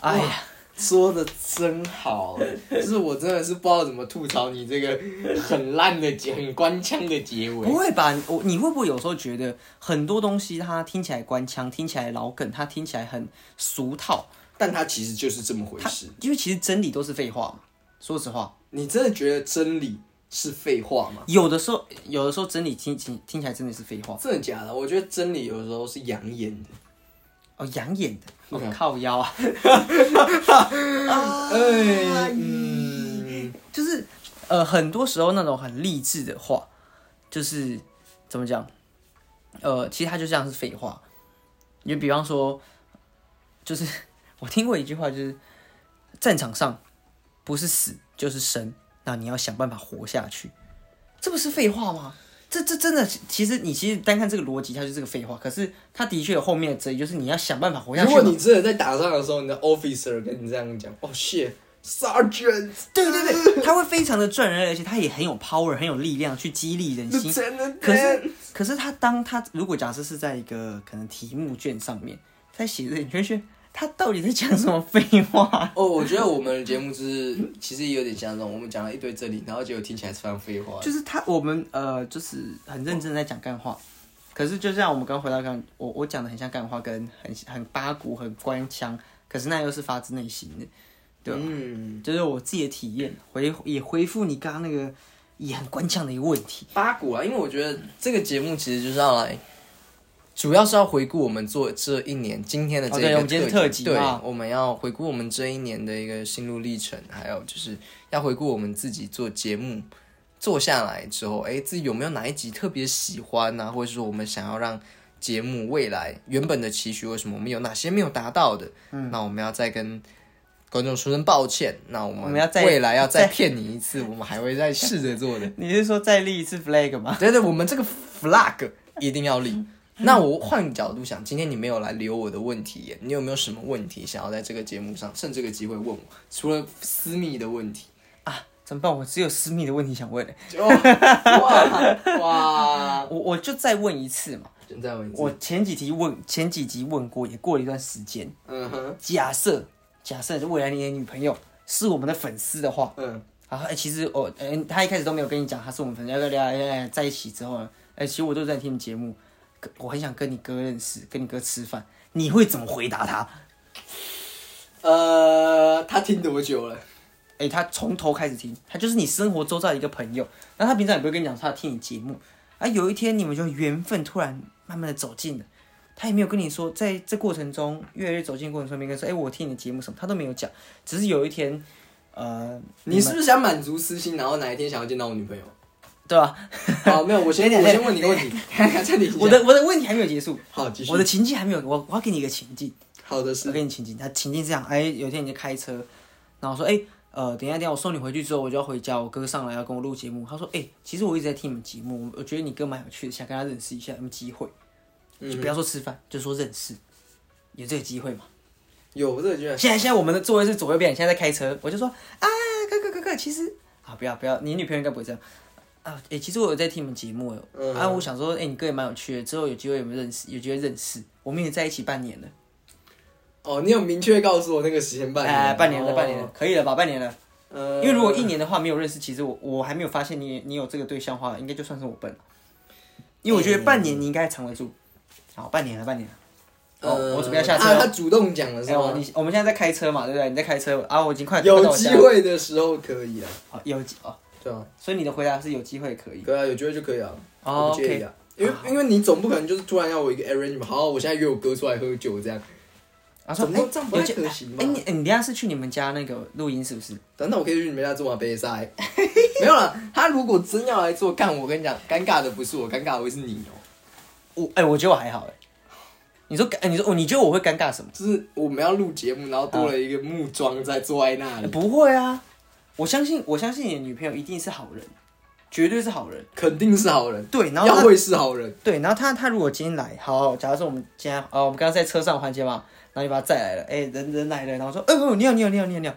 [SPEAKER 2] 哎呀，
[SPEAKER 1] 说的真好，就是我真的是不知道怎么吐槽你这个很烂的结、很官腔的结尾
[SPEAKER 2] 不会吧？我你会不会有时候觉得很多东西它听起来官腔，听起来老梗，它听起来很俗套，
[SPEAKER 1] 但它其实就是这么回事。
[SPEAKER 2] 因为其实真理都是废话嘛。说实话，
[SPEAKER 1] 你真的觉得真理是废话吗？
[SPEAKER 2] 有的时候有的时候真理听听听起来真的是废话。
[SPEAKER 1] 真的假的？我觉得真理有时候是养眼的。
[SPEAKER 2] 哦，养眼的，哦
[SPEAKER 1] 对啊
[SPEAKER 2] 靠腰啊，
[SPEAKER 1] 哎，嗯，
[SPEAKER 2] 就是呃，很多时候那种很励志的话，就是怎么讲，呃，其实它就像是废话。你比方说，就是我听过一句话，就是战场上不是死就是生，那你要想办法活下去，这不是废话吗？这这真的，其实你其实单看这个逻辑，它就是这个废话。可是它的确有后面的哲理，就是你要想办法活下
[SPEAKER 1] 如
[SPEAKER 2] 去
[SPEAKER 1] 果
[SPEAKER 2] 嘛。
[SPEAKER 1] 你真的在打仗的时候，你的 officer 跟你这样讲，哦、shit，sergeant，
[SPEAKER 2] 对对对，他会非常的赚人，而且他也很有 power，很有力量去激励人心。
[SPEAKER 1] 真的，
[SPEAKER 2] 可是，可是他当他如果假设是在一个可能题目卷上面，他写的，你就会觉得他到底在讲什么废话？
[SPEAKER 1] 哦，我觉得我们的节目就是其实也有点像这种，我们讲了一堆真理，然后结果听起来是非常废话的。
[SPEAKER 2] 就是他我们呃，就是很认真地在讲干话。可是就像我们刚回到刚，我我讲的很像干话，跟很很八股、很官腔，可是那又是发自内心的，对吧？啊
[SPEAKER 1] 嗯，
[SPEAKER 2] 就是我自己的体验，回也回复你刚刚那个也很官腔的一个问题。
[SPEAKER 1] 八股啊，因为我觉得这个节目其实就是要来主要是要回顾我们做这一年今天的这
[SPEAKER 2] 哦
[SPEAKER 1] 一
[SPEAKER 2] 对
[SPEAKER 1] 个
[SPEAKER 2] 我们今天是
[SPEAKER 1] 辑
[SPEAKER 2] 特辑啊
[SPEAKER 1] 对
[SPEAKER 2] 嘛，
[SPEAKER 1] 我们要回顾我们这一年的一个心路历程，还有就是要回顾我们自己做节目做下来之后，哎，自己有没有哪一集特别喜欢呐、或者说我们想要让节目未来原本的期许，为什么我们有哪些没有达到的？嗯，那我们要再跟。观众说声抱歉，那我
[SPEAKER 2] 我
[SPEAKER 1] 们
[SPEAKER 2] 们要再
[SPEAKER 1] 未来要再
[SPEAKER 2] 再
[SPEAKER 1] 骗你一次，我们还会再试着做的。
[SPEAKER 2] 你是说再立一次 flag 吗？
[SPEAKER 1] 对对，我们这个 flag 一定要立。那我换个角度想，今天你没有来留我的问题耶，你有没有什么问题想要在这个节目上趁这个机会问我？除了私密的问题，
[SPEAKER 2] 啊怎么办？我只有私密的问题想问、欸
[SPEAKER 1] 就哦哇 哇，
[SPEAKER 2] 我我就再问一次嘛。
[SPEAKER 1] 人在问
[SPEAKER 2] 我前几题问，前几集问过，也过了一段时间。
[SPEAKER 1] 嗯哼，
[SPEAKER 2] 假设假设未来你的女朋友是我们的粉丝的话，
[SPEAKER 1] 嗯，
[SPEAKER 2] 啊，哎、其实我，哎、她一开始都没有跟你讲她是我们粉丝，要聊哎在一起之后呢，哎、其实我都在听你节目，可我很想跟你哥认识，跟你哥吃饭，你会怎么回答她？
[SPEAKER 1] 呃，他听多久了？
[SPEAKER 2] 哎、他从头开始听，他就是你生活周遭的一个朋友，然后他平常也不会跟你讲他听你节目，啊，有一天你们就缘分突然慢慢的走近了，他也没有跟你说，在这过程中越来越走近的过程中，没跟你说，哎、我听你的节目什么，他都没有讲，只是有一天，呃，
[SPEAKER 1] 你是不是想满足私心，然后哪一天想要见到我女朋友？
[SPEAKER 2] 对吧、
[SPEAKER 1] 好，啊 没有，我先我先问你个问题，这里
[SPEAKER 2] 我的我的问题还没有结束，
[SPEAKER 1] 好继续
[SPEAKER 2] 我的情境还没有，我我要给你一个情境。
[SPEAKER 1] 好的
[SPEAKER 2] 我
[SPEAKER 1] 是
[SPEAKER 2] 给你情境，他情境是这样，哎、有一天你就开车，然后我说，哎、呃，等一下，等一下，我送你回去之后，我就要回家，我哥上来要跟我录节目，他说，哎、其实我一直在听你们节目，我我觉得你哥蛮有趣的，想跟他认识一下，有没有机会？就
[SPEAKER 1] 嗯
[SPEAKER 2] 不要说吃饭，就说认识，有这个机会嘛？
[SPEAKER 1] 有这个居然
[SPEAKER 2] 现在现在我们的座位是左右边，你现在在开车，我就说啊，哥哥哥哥，其实啊，不要不要，你女朋友应该不会这样。啊，哎、其实我有在听你们节目，
[SPEAKER 1] 嗯
[SPEAKER 2] 啊，我想说，哎、你哥也蛮有趣的，之后有机会有没有认识？有机会认识，我们也在一起半年了，
[SPEAKER 1] 哦，你有明确告诉我那个时间半年
[SPEAKER 2] 哎、
[SPEAKER 1] 吗，
[SPEAKER 2] 半年了，
[SPEAKER 1] 哦
[SPEAKER 2] 半年了，，可以了吧？半年了。
[SPEAKER 1] 呃，
[SPEAKER 2] 因为如果一年的话没有认识，其实我我还没有发现你你有这个对象的话，应该就算是我笨。因为我觉得半年你应该藏得住。好，半年了，半年了。哦，我准备要下车
[SPEAKER 1] 他呃他
[SPEAKER 2] 了。
[SPEAKER 1] 主动讲了是
[SPEAKER 2] 哎，我
[SPEAKER 1] 吗？
[SPEAKER 2] 你我们现在在开车嘛，对不对？你在开车啊，我已经快快到
[SPEAKER 1] 啊有
[SPEAKER 2] 我家
[SPEAKER 1] 机
[SPEAKER 2] 了。
[SPEAKER 1] 会的时候可以啊，
[SPEAKER 2] 好有机哦，
[SPEAKER 1] 对啊，
[SPEAKER 2] 所以你的回答是有机会可以。
[SPEAKER 1] 可以啊，有机会就可以啊，
[SPEAKER 2] 哦
[SPEAKER 1] 我不介意啊。因为因为你总不可能就是突然要我一个 arrangement，好，我现在约我哥出来喝酒这样，
[SPEAKER 2] 啊，说
[SPEAKER 1] 怎
[SPEAKER 2] 哎
[SPEAKER 1] 么，这样不太
[SPEAKER 2] 有机
[SPEAKER 1] 可行吗
[SPEAKER 2] 哎，你哎你等一下是去你们家那个录音是不是？
[SPEAKER 1] 等等我可以去你们家做马杯 赛，没有了。他如果真要来做，干我跟你讲，尴尬的不是我，尴尬的会是你哦、
[SPEAKER 2] 我哎，我觉得我还好哎。你说尴，哎你说哦，你觉得我会尴尬什么？
[SPEAKER 1] 就是我们要录节目，然后多了一个木桩在坐在 那里，
[SPEAKER 2] 不会啊，我相信我相信你的女朋友一定是好人，绝对是好人。
[SPEAKER 1] 肯定是好人，
[SPEAKER 2] 对，然后
[SPEAKER 1] 要
[SPEAKER 2] 她
[SPEAKER 1] 会是好人，
[SPEAKER 2] 对，然后他他如果今天来，好，假如说我们今天啊、我们刚刚在车上环节嘛，然后你把他载来了，哎、人人来了，然后说，哎、呦，你好，你好，你好，你好，你好，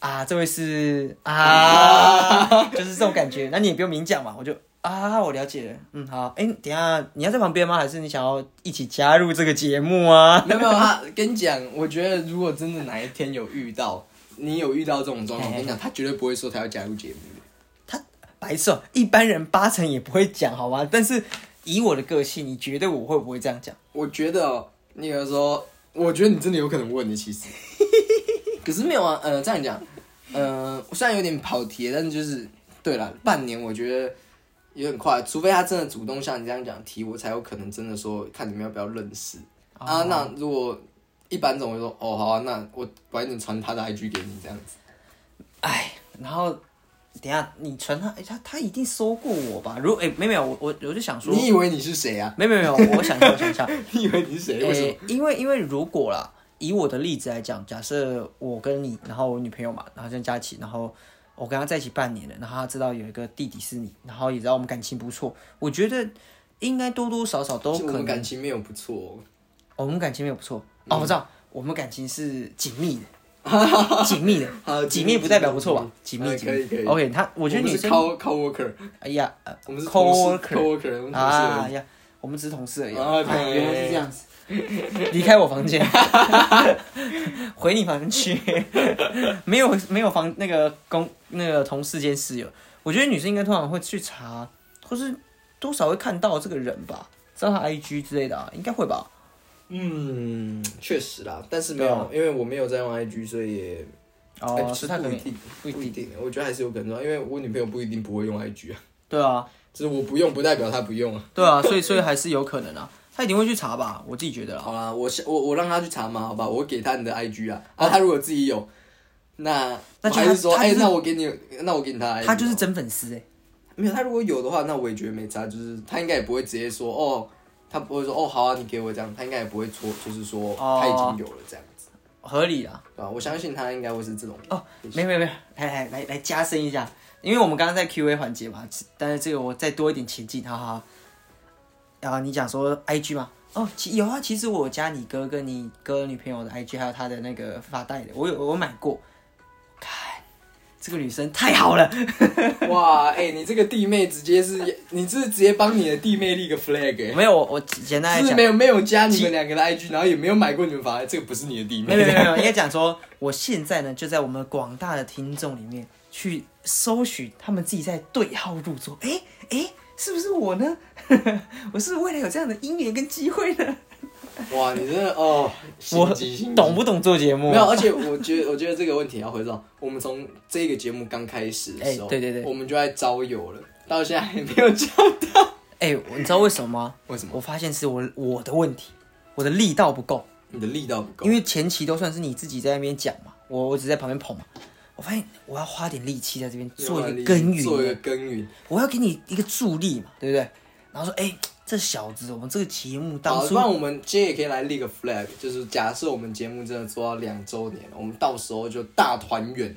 [SPEAKER 2] 啊，这位是啊，就是这种感觉，那你也不用明讲嘛，我就啊，我了解了，嗯，好，哎、等一下你要在旁边吗？还是你想要一起加入这个节目 啊？
[SPEAKER 1] 没有没有，他跟你讲，我觉得如果真的哪一天有遇到，你有遇到这种状况，我跟你讲，他绝对不会说他要加入节目的。
[SPEAKER 2] 他白痴、哦，一般人八成也不会讲，好吗？但是以我的个性，你觉得我会不会这样讲？
[SPEAKER 1] 我觉得哦，那个说，我觉得你真的有可能问的，其实。可是没有啊，呃，这样讲，呃，虽然有点跑题，但就是对了，半年我觉得有点快，除非他真的主动像你这样讲提，我才有可能真的说看你们要不要认识、啊。那如果一般总会说，哦，好啊，那我晚一点传他的 IG 给你这样子。
[SPEAKER 2] 哎，然后等一下你传他，哎他他一定搜过我吧？如哎没有没有，我我我就想说，
[SPEAKER 1] 你以为你是谁啊？
[SPEAKER 2] 没有没有没 有，我想一下，我想一下，
[SPEAKER 1] 你以为你是谁？为什么？
[SPEAKER 2] 哎因为因为如果啦，以我的例子来讲，假设我跟你，然后我女朋友嘛，然后现在佳琪，然后我跟她在一起半年了，然后她知道有一个弟弟是你，然后也知道我们感情不错，我觉得应该多多少少都
[SPEAKER 1] 其实我
[SPEAKER 2] 可能
[SPEAKER 1] 们嗯感情没嗯有不错、哦。
[SPEAKER 2] 我们感情没有不错哦，我知道，我们感情是紧密的，紧密
[SPEAKER 1] 好
[SPEAKER 2] 的，紧密不代表不错吧？紧密，
[SPEAKER 1] 呃
[SPEAKER 2] 紧
[SPEAKER 1] 可
[SPEAKER 2] 密
[SPEAKER 1] 以可以
[SPEAKER 2] OK，他我觉得
[SPEAKER 1] 们
[SPEAKER 2] 女
[SPEAKER 1] 是
[SPEAKER 2] 生，
[SPEAKER 1] co coworker，
[SPEAKER 2] 哎呀，呃
[SPEAKER 1] 我们是同事
[SPEAKER 2] coworker
[SPEAKER 1] coworker，我们同事
[SPEAKER 2] 啊哎呀，我们只是同事而已。
[SPEAKER 1] 啊对
[SPEAKER 2] 哎原来是这样子， 离开我房间， 回你房间去， 没有没有房那个公那个同事间室友，我觉得女生应该通常会去查，或是多少会看到这个人吧，知道他 IG 之类的啊，应该会吧。
[SPEAKER 1] 嗯，确实啦，但是没
[SPEAKER 2] 对啊
[SPEAKER 1] 有，因为我没有在用 IG，所以也哎
[SPEAKER 2] 哦，
[SPEAKER 1] 其
[SPEAKER 2] 是
[SPEAKER 1] 实
[SPEAKER 2] 他可
[SPEAKER 1] 不一
[SPEAKER 2] 能
[SPEAKER 1] 定，
[SPEAKER 2] 不一定
[SPEAKER 1] 一定，我觉得还是有可能啊，因为我女朋友不一 定不会用 IG 啊，
[SPEAKER 2] 对啊，
[SPEAKER 1] 就是我不用不代表她不用啊，
[SPEAKER 2] 对啊，所以所以还是有可能啊。他一定会去查吧，我自己觉得啦。啊
[SPEAKER 1] 好啦，我下我我让他去查嘛，好吧，我给他你的 IG 啊，啊，他如果自己有，那我
[SPEAKER 2] 那就
[SPEAKER 1] 还
[SPEAKER 2] 他
[SPEAKER 1] 是说，
[SPEAKER 2] 他
[SPEAKER 1] 哎、
[SPEAKER 2] 就是
[SPEAKER 1] 那我给你，那我给你他的 IG
[SPEAKER 2] 他就是
[SPEAKER 1] 好
[SPEAKER 2] 真粉丝哎、
[SPEAKER 1] 没有，他如果有的话，那我也觉得没差，就是他应该也不会直接说哦，他不会说哦好啊，你给我这样，他应该也不会说就是说
[SPEAKER 2] 哦
[SPEAKER 1] 他已经有了这样子，
[SPEAKER 2] 合理啊啦。
[SPEAKER 1] 对吧、我相信他应该会是这种
[SPEAKER 2] 哦，没有没有没有，来来来来加深一下，因为我们刚刚在 Q&A 环节嘛，但是这个我再多一点前进，哈哈。然后你讲说 IG 嘛，哦，其有啊，其实我加你哥跟你哥女朋友的 IG，还有他的那个发带的，我有我买过。看，这个女生太好了，
[SPEAKER 1] 哇，哎、你这个弟妹直接是，你这是直接帮你的弟妹立个 flag 哎、
[SPEAKER 2] 没有我我简单来
[SPEAKER 1] 就是
[SPEAKER 2] 讲
[SPEAKER 1] 没，有没有加你们两个的 IG，然后也没有买过你们房，这个不是你的弟
[SPEAKER 2] 没有没
[SPEAKER 1] 妹。
[SPEAKER 2] 有 没有，应该讲说，我现在呢就在我们广大的听众里面去搜寻他们自己在对号入座，哎、哎、是不是我呢？ 我是不是未来有这样的姻缘跟机会呢？
[SPEAKER 1] 哇，你真的哦，心
[SPEAKER 2] 我
[SPEAKER 1] 机心机
[SPEAKER 2] 懂不懂做节目？
[SPEAKER 1] 没有，而且我觉得，我觉得这个问题啊要回到我们从这个节目刚开始的时候，
[SPEAKER 2] 哎对对对
[SPEAKER 1] 我们就在招友了，到现在还没有交到。
[SPEAKER 2] 哎、我你知道为什么吗？
[SPEAKER 1] 为什么
[SPEAKER 2] 我发现是我我的问题，我的力道不够，
[SPEAKER 1] 你的力道不够，
[SPEAKER 2] 因为前期都算是你自己在那边讲嘛，我我只在旁边捧嘛。我发现我要花点啊力气在这边做一个耕耘，
[SPEAKER 1] 做一个耕耘。
[SPEAKER 2] 我要给你一个助力嘛，对不对？然后说，哎、这小子，我们这个节目当
[SPEAKER 1] 好，
[SPEAKER 2] 初
[SPEAKER 1] 不然我们今天也可以来立个 flag，就是假设我们节目真的做到两周年，我们到时候就大团圆，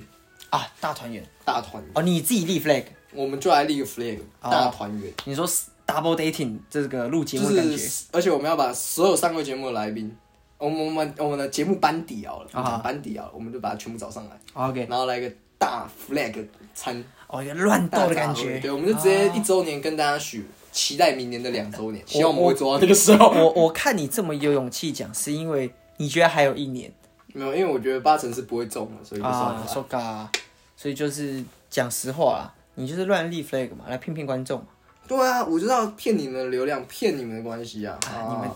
[SPEAKER 2] 啊大团圆
[SPEAKER 1] 大团圆，
[SPEAKER 2] 哦，你自己立 flag，
[SPEAKER 1] 我们就来立个 flag，大
[SPEAKER 2] 哦
[SPEAKER 1] 团圆。
[SPEAKER 2] 你说 double dating 这个录节
[SPEAKER 1] 就
[SPEAKER 2] 目的感觉、
[SPEAKER 1] 是，而且我们要把所有上过节目的来宾，我们我们我们的节目班底好了，
[SPEAKER 2] 啊
[SPEAKER 1] 我们讲班底好了，我们就把它全部找上来。
[SPEAKER 2] 哦 OK，
[SPEAKER 1] 然后来一个大 flag 餐
[SPEAKER 2] 哦一个乱斗的感觉，啊
[SPEAKER 1] 对，我们就直接一周年跟大家许，期待明年的两周年，希望我们
[SPEAKER 2] 我
[SPEAKER 1] 会做到那个时候。
[SPEAKER 2] 哦我我看你这么有勇气讲，是因为你觉得还有一年
[SPEAKER 1] 没有，因为我觉得八成是不会中的，所以就算
[SPEAKER 2] 啊
[SPEAKER 1] 了，吧。
[SPEAKER 2] 说嘎，所以就是讲实话啦，你就是乱立 flag 嘛，来骗骗观众嘛，
[SPEAKER 1] 对啊，我就要骗你们的流量，骗你们的关系啊！啊，
[SPEAKER 2] 你们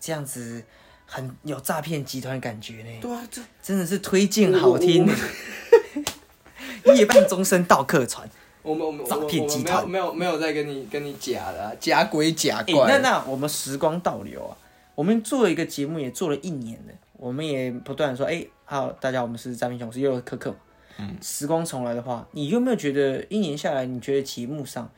[SPEAKER 2] 这样子很有诈骗集团感觉呢，
[SPEAKER 1] 对啊，这
[SPEAKER 2] 真的是推荐好听，
[SPEAKER 1] 哦
[SPEAKER 2] 夜半钟声到客船。
[SPEAKER 1] 我们我们
[SPEAKER 2] 诈
[SPEAKER 1] 我们
[SPEAKER 2] 骗
[SPEAKER 1] 我们
[SPEAKER 2] 集
[SPEAKER 1] 没有
[SPEAKER 2] 团
[SPEAKER 1] 没有没有在跟你跟你假的、啊，假鬼假
[SPEAKER 2] 欸
[SPEAKER 1] 怪。
[SPEAKER 2] 那那我们时光倒流啊，我们做一个节目也做了一年了，我们也不断地说，哎、好，大家，我们是诈骗熊，我是悠悠可可嘛。嗯，时光重来的话，你有没有觉得一年下来，你觉得节目上，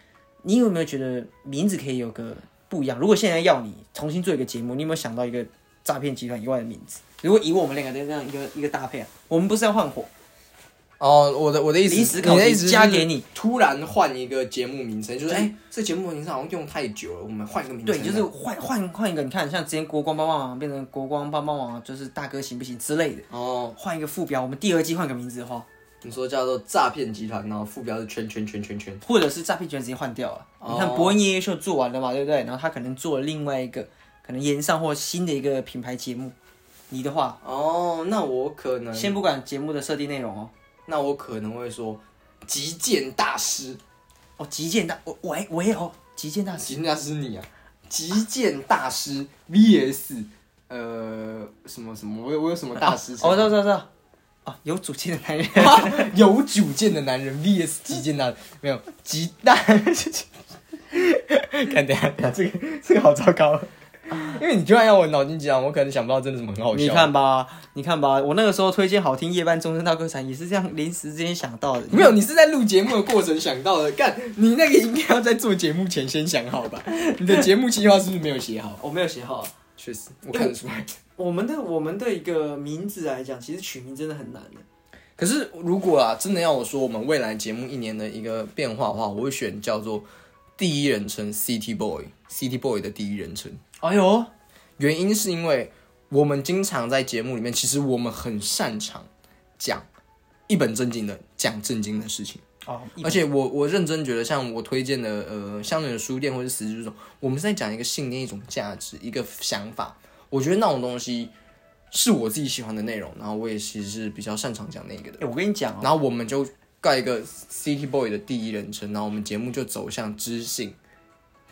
[SPEAKER 2] 你有没有觉得名字可以有个不一样？如果现在要你重新做一个节目，你有没有想到一个诈骗集团以外的名字？如果以我们两个的这样一个一个搭配啊，我们不是要换火，
[SPEAKER 1] 哦，我的我的意
[SPEAKER 2] 临
[SPEAKER 1] 思，
[SPEAKER 2] 时
[SPEAKER 1] 你
[SPEAKER 2] 考
[SPEAKER 1] 的
[SPEAKER 2] 题
[SPEAKER 1] 意思是
[SPEAKER 2] 加给你，
[SPEAKER 1] 突然换一个节目名称，就是哎、这节目名称好像用太久了，我们换一个名称啊吧。
[SPEAKER 2] 对，就是换换换一个，你看像之前国光帮帮忙变成国光帮帮忙，就是大哥行不行之类的。
[SPEAKER 1] 哦，
[SPEAKER 2] 换一个副标，我们第二季换个名字的话，
[SPEAKER 1] 你说叫做诈骗集团，然后副标是圈圈圈圈圈。
[SPEAKER 2] 或者是诈骗集团直接换掉了。
[SPEAKER 1] 哦
[SPEAKER 2] 你看伯恩夜夜秀做完了嘛，对不对？然后他可能做了另外一个，可能延上或新的一个品牌节目。你的话，
[SPEAKER 1] 哦，那我可能，
[SPEAKER 2] 先不管节目的设定内容哦。
[SPEAKER 1] 那我可能会说极剑大师，
[SPEAKER 2] 哦，极简大，我我也我也有极简大师
[SPEAKER 1] 极剑大师是你啊，极剑大师 VS 呃什么什么，我有我有什么大 师？
[SPEAKER 2] 哦，我知道知道知道。哦，有主见的男人。
[SPEAKER 1] 有主见的男人 VS 极剑大 没有极大，
[SPEAKER 3] 看，等一下，等一下，这个这个好糟糕，因为你突然让我脑筋急转，我可能想不到真的什么很好笑。
[SPEAKER 2] 你看，吧，你看吧，我那个时候推荐好听《夜半钟声到歌禅》，也是这样临时之间想到的。
[SPEAKER 1] 没有，你是在录节目的过程想到的。干，你那个应该要在做节目前先想好吧？你的节目计划是不是没有写好？哎
[SPEAKER 2] 我没有写好啊。
[SPEAKER 1] 确实，我看得出来。
[SPEAKER 2] 我们的我们的一个名字来讲，其实取名真的很难的。
[SPEAKER 1] 可是如果啊，真的要我说我们未来节目一年的一个变化的话，我会选叫做第一人称 City Boy，City Boy 的第一人称。
[SPEAKER 2] 哎呦，
[SPEAKER 1] 原因是因为我们经常在节目里面，其实我们很擅长讲一本正经的讲正经的事情。
[SPEAKER 2] 哦，
[SPEAKER 1] 而且我我认真觉得，像我推荐的呃，像那种书店或者实质这种，我们是在讲一个信念、一种价值、一个想法。我觉得那种东西是我自己喜欢的内容，然后我也其实是比较擅长讲那个的。
[SPEAKER 2] 欸、我跟你讲哦，
[SPEAKER 1] 然后我们就盖一个 City Boy 的第一人称，然后我们节目就走向知性，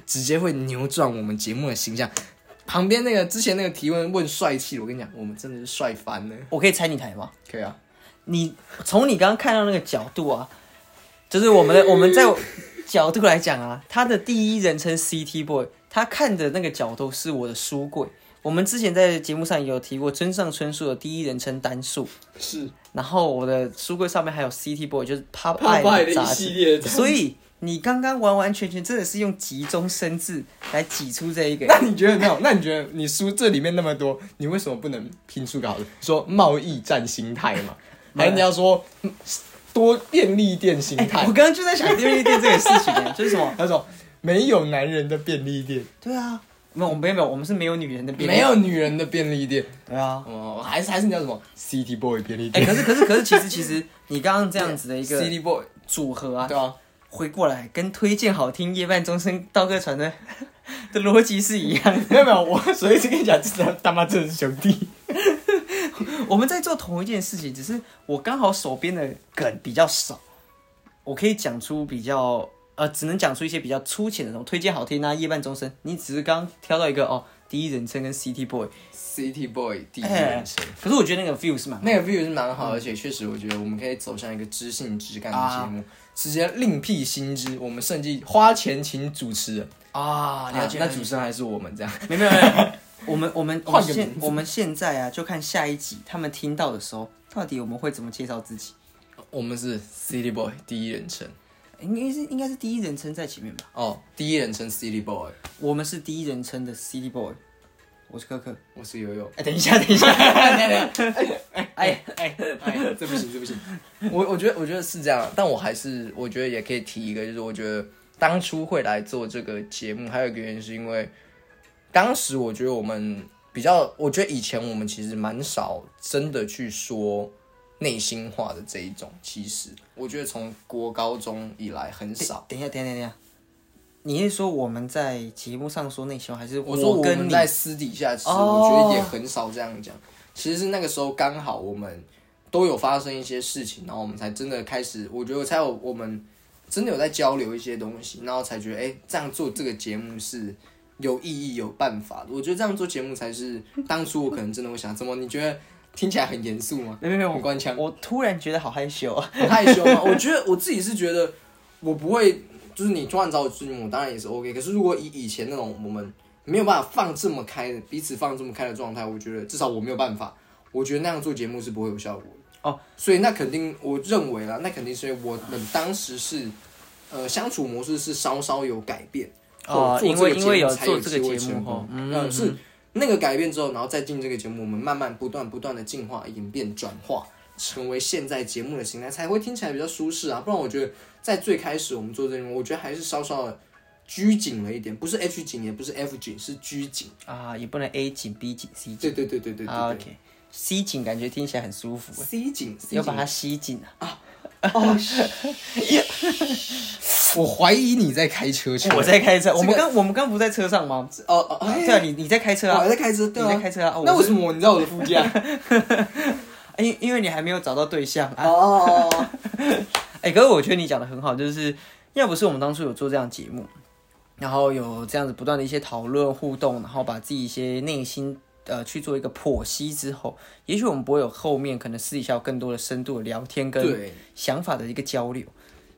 [SPEAKER 1] 直接会扭转我们节目的形象。旁边那个之前那个提问问帅气，我跟你讲，我们真的是帅翻了。
[SPEAKER 2] 我可以拆你台吗？
[SPEAKER 1] 可以啊，
[SPEAKER 2] 你从你刚刚看到那个角度啊，就是我们的我们在角度来讲啊，他的第一人称 CT boy 他看的那个角度是我的书柜。我们之前在节目上也有提过村上春树的第一人称单数，
[SPEAKER 3] 是
[SPEAKER 2] 然后我的书柜上面还有 City Boy，就是 Pop
[SPEAKER 3] Popeye
[SPEAKER 2] Eye
[SPEAKER 3] 的一
[SPEAKER 2] 杂
[SPEAKER 3] 系
[SPEAKER 2] 志，
[SPEAKER 3] 列的
[SPEAKER 2] 所以你刚刚完完全全真的是用急中生智来挤出这一个。
[SPEAKER 3] 那你觉得没有？那你觉得你书这里面那么多，你为什么不能拼出个好的？说贸易战心态嘛，还是你要说嗯多便利店心态？
[SPEAKER 2] 我刚刚就在想便利店这个事情耶，就是什么？
[SPEAKER 3] 他说没有男人的便利店，
[SPEAKER 2] 对啊，没有，我们没有，没有，我们是没有女人的便利
[SPEAKER 3] 没。有女人的便利店，
[SPEAKER 2] 对啊，
[SPEAKER 3] 哦，还是还是你叫什么 City Boy 便利
[SPEAKER 2] 哎、
[SPEAKER 3] 店、
[SPEAKER 2] 可是可是可是，其实其实你刚刚这样子的一
[SPEAKER 3] c i t y
[SPEAKER 2] 个
[SPEAKER 3] Boy
[SPEAKER 2] 组合啊
[SPEAKER 3] 对，啊，
[SPEAKER 2] 回过来跟推荐好听夜半钟声道客船的 的逻辑是一样的。
[SPEAKER 3] 没有没有，我所以就跟你讲，这他他妈真的是兄弟，
[SPEAKER 2] 我们在做同一件事情，只是我刚好手边的梗比较少，我可以讲出比较呃，只能讲出一些比较粗浅的那种推荐好听啊，夜半钟声。你只是刚挑到一个哦，第一人称跟 City Boy，
[SPEAKER 1] City Boy 第一
[SPEAKER 2] 哎
[SPEAKER 1] 人称。
[SPEAKER 2] 可是我觉得那个 view 是蛮好的
[SPEAKER 1] 那个 view 是蛮好，而且确实我觉得我们可以走向一个知性知干的节目，直接另辟新知。我们甚至花钱请主持人，
[SPEAKER 2] 啊
[SPEAKER 1] 啊那主持人还是我们这样。
[SPEAKER 2] 没有没有没有，我们我们我们
[SPEAKER 3] 换个
[SPEAKER 2] 现
[SPEAKER 3] 名
[SPEAKER 2] 我们现在啊，就看下一集他们听到的时候，到底我们会怎么介绍自己？
[SPEAKER 1] 我们是 City Boy 第一人称
[SPEAKER 2] 应该是应该是第一人称在前面吧？
[SPEAKER 1] 哦，第一人称 City Boy，
[SPEAKER 2] 我们是第一人称的 City Boy，我是可可。
[SPEAKER 1] 我是悠悠。
[SPEAKER 2] 哎、等 一下，等一下，
[SPEAKER 1] 哎哎 哎，这不行，这不行。我我觉得我觉得是这样，但我还是我觉得也可以提一个，就是我觉得当初会来做这个节目，还有一个原因是因为当时我觉得我们比较，我觉得以前我们其实蛮少真的去说内心话的这一种，其实我觉得从国高中以来很少。
[SPEAKER 2] 等一下，等一下，等一下。你是说我们在节目上说内心话，还是
[SPEAKER 1] 我说我
[SPEAKER 2] 跟
[SPEAKER 1] 们
[SPEAKER 2] 你？
[SPEAKER 1] 在私底下，其实
[SPEAKER 2] 哦
[SPEAKER 1] 我觉得也很少这样讲。其实是那个时候刚好我们都有发生一些事情，然后我们才真的开始，我觉得我才有我们真的有在交流一些东西，然后才觉得哎、这样做这个节目是有意义、有办法的。我觉得这样做节目才是当初我可能真的会想，怎么你觉得听起来很严肃吗？
[SPEAKER 2] 没有没有，
[SPEAKER 1] 很官腔，
[SPEAKER 2] 我突然觉得好害羞啊！
[SPEAKER 1] 很害羞吗？我觉得我自己是觉得我不会，就是你突然找我追我当然也是 OK。可是如果以以前那种我们没有办法放这么开的，彼此放这么开的状态，我觉得至少我没有办法。我觉得那样做节目是不会有效果的
[SPEAKER 2] 哦。
[SPEAKER 1] 所以那肯定，我认为啦，那肯定是因为我们当时是，呃，相处模式是稍稍有改变。
[SPEAKER 2] 哦
[SPEAKER 1] 做
[SPEAKER 2] 因为
[SPEAKER 1] 这个
[SPEAKER 2] 因为
[SPEAKER 1] 节目
[SPEAKER 2] 有
[SPEAKER 1] 才
[SPEAKER 2] 做
[SPEAKER 1] 机
[SPEAKER 2] 这个
[SPEAKER 1] 会
[SPEAKER 2] 节目
[SPEAKER 1] 成
[SPEAKER 2] 哦
[SPEAKER 1] 功
[SPEAKER 2] 嗯
[SPEAKER 1] 呃是那个改变之后，然后再进这个节目，我们慢慢不断不断的进化、演变、转化，成为现在节目的形态，才会听起来比较舒适啊。不然我觉得在最开始我们做这个，我觉得还是稍稍的拘谨了一点，不是 H 紧，也不是 F 紧，是拘谨。
[SPEAKER 2] 啊，也不能 A 紧、B 紧、C 紧。
[SPEAKER 1] 对对对对对对
[SPEAKER 2] 啊
[SPEAKER 1] 对。
[SPEAKER 2] ，OK，C 紧感觉听起来很舒服，
[SPEAKER 1] C 紧，C
[SPEAKER 2] 要把它
[SPEAKER 1] 紧，哦
[SPEAKER 2] 吸紧啊。
[SPEAKER 3] 我怀疑你在开车车，
[SPEAKER 2] 我在开车，我们刚我们刚不在车上吗？
[SPEAKER 1] 哦哦，
[SPEAKER 2] 啊
[SPEAKER 1] 哎
[SPEAKER 2] 对啊，你你在开车
[SPEAKER 1] 我
[SPEAKER 2] 啊
[SPEAKER 1] 还？在开车，对啊，
[SPEAKER 2] 你在开车啊我
[SPEAKER 1] 那
[SPEAKER 2] 是
[SPEAKER 1] 为什么你在我的副 驾？
[SPEAKER 2] 因哎因为你还没有找到对象啊。
[SPEAKER 1] 哦，
[SPEAKER 2] 哎、可是我觉得你讲的很好，就是要不是我们当初有做这样节目，然后有这样子不断的一些讨论互动，然后把自己一些内心呃去做一个剖析之后，也许我们不会有后面可能私底下有更多的深度的聊天跟
[SPEAKER 1] 对，
[SPEAKER 2] 想法的一个交流，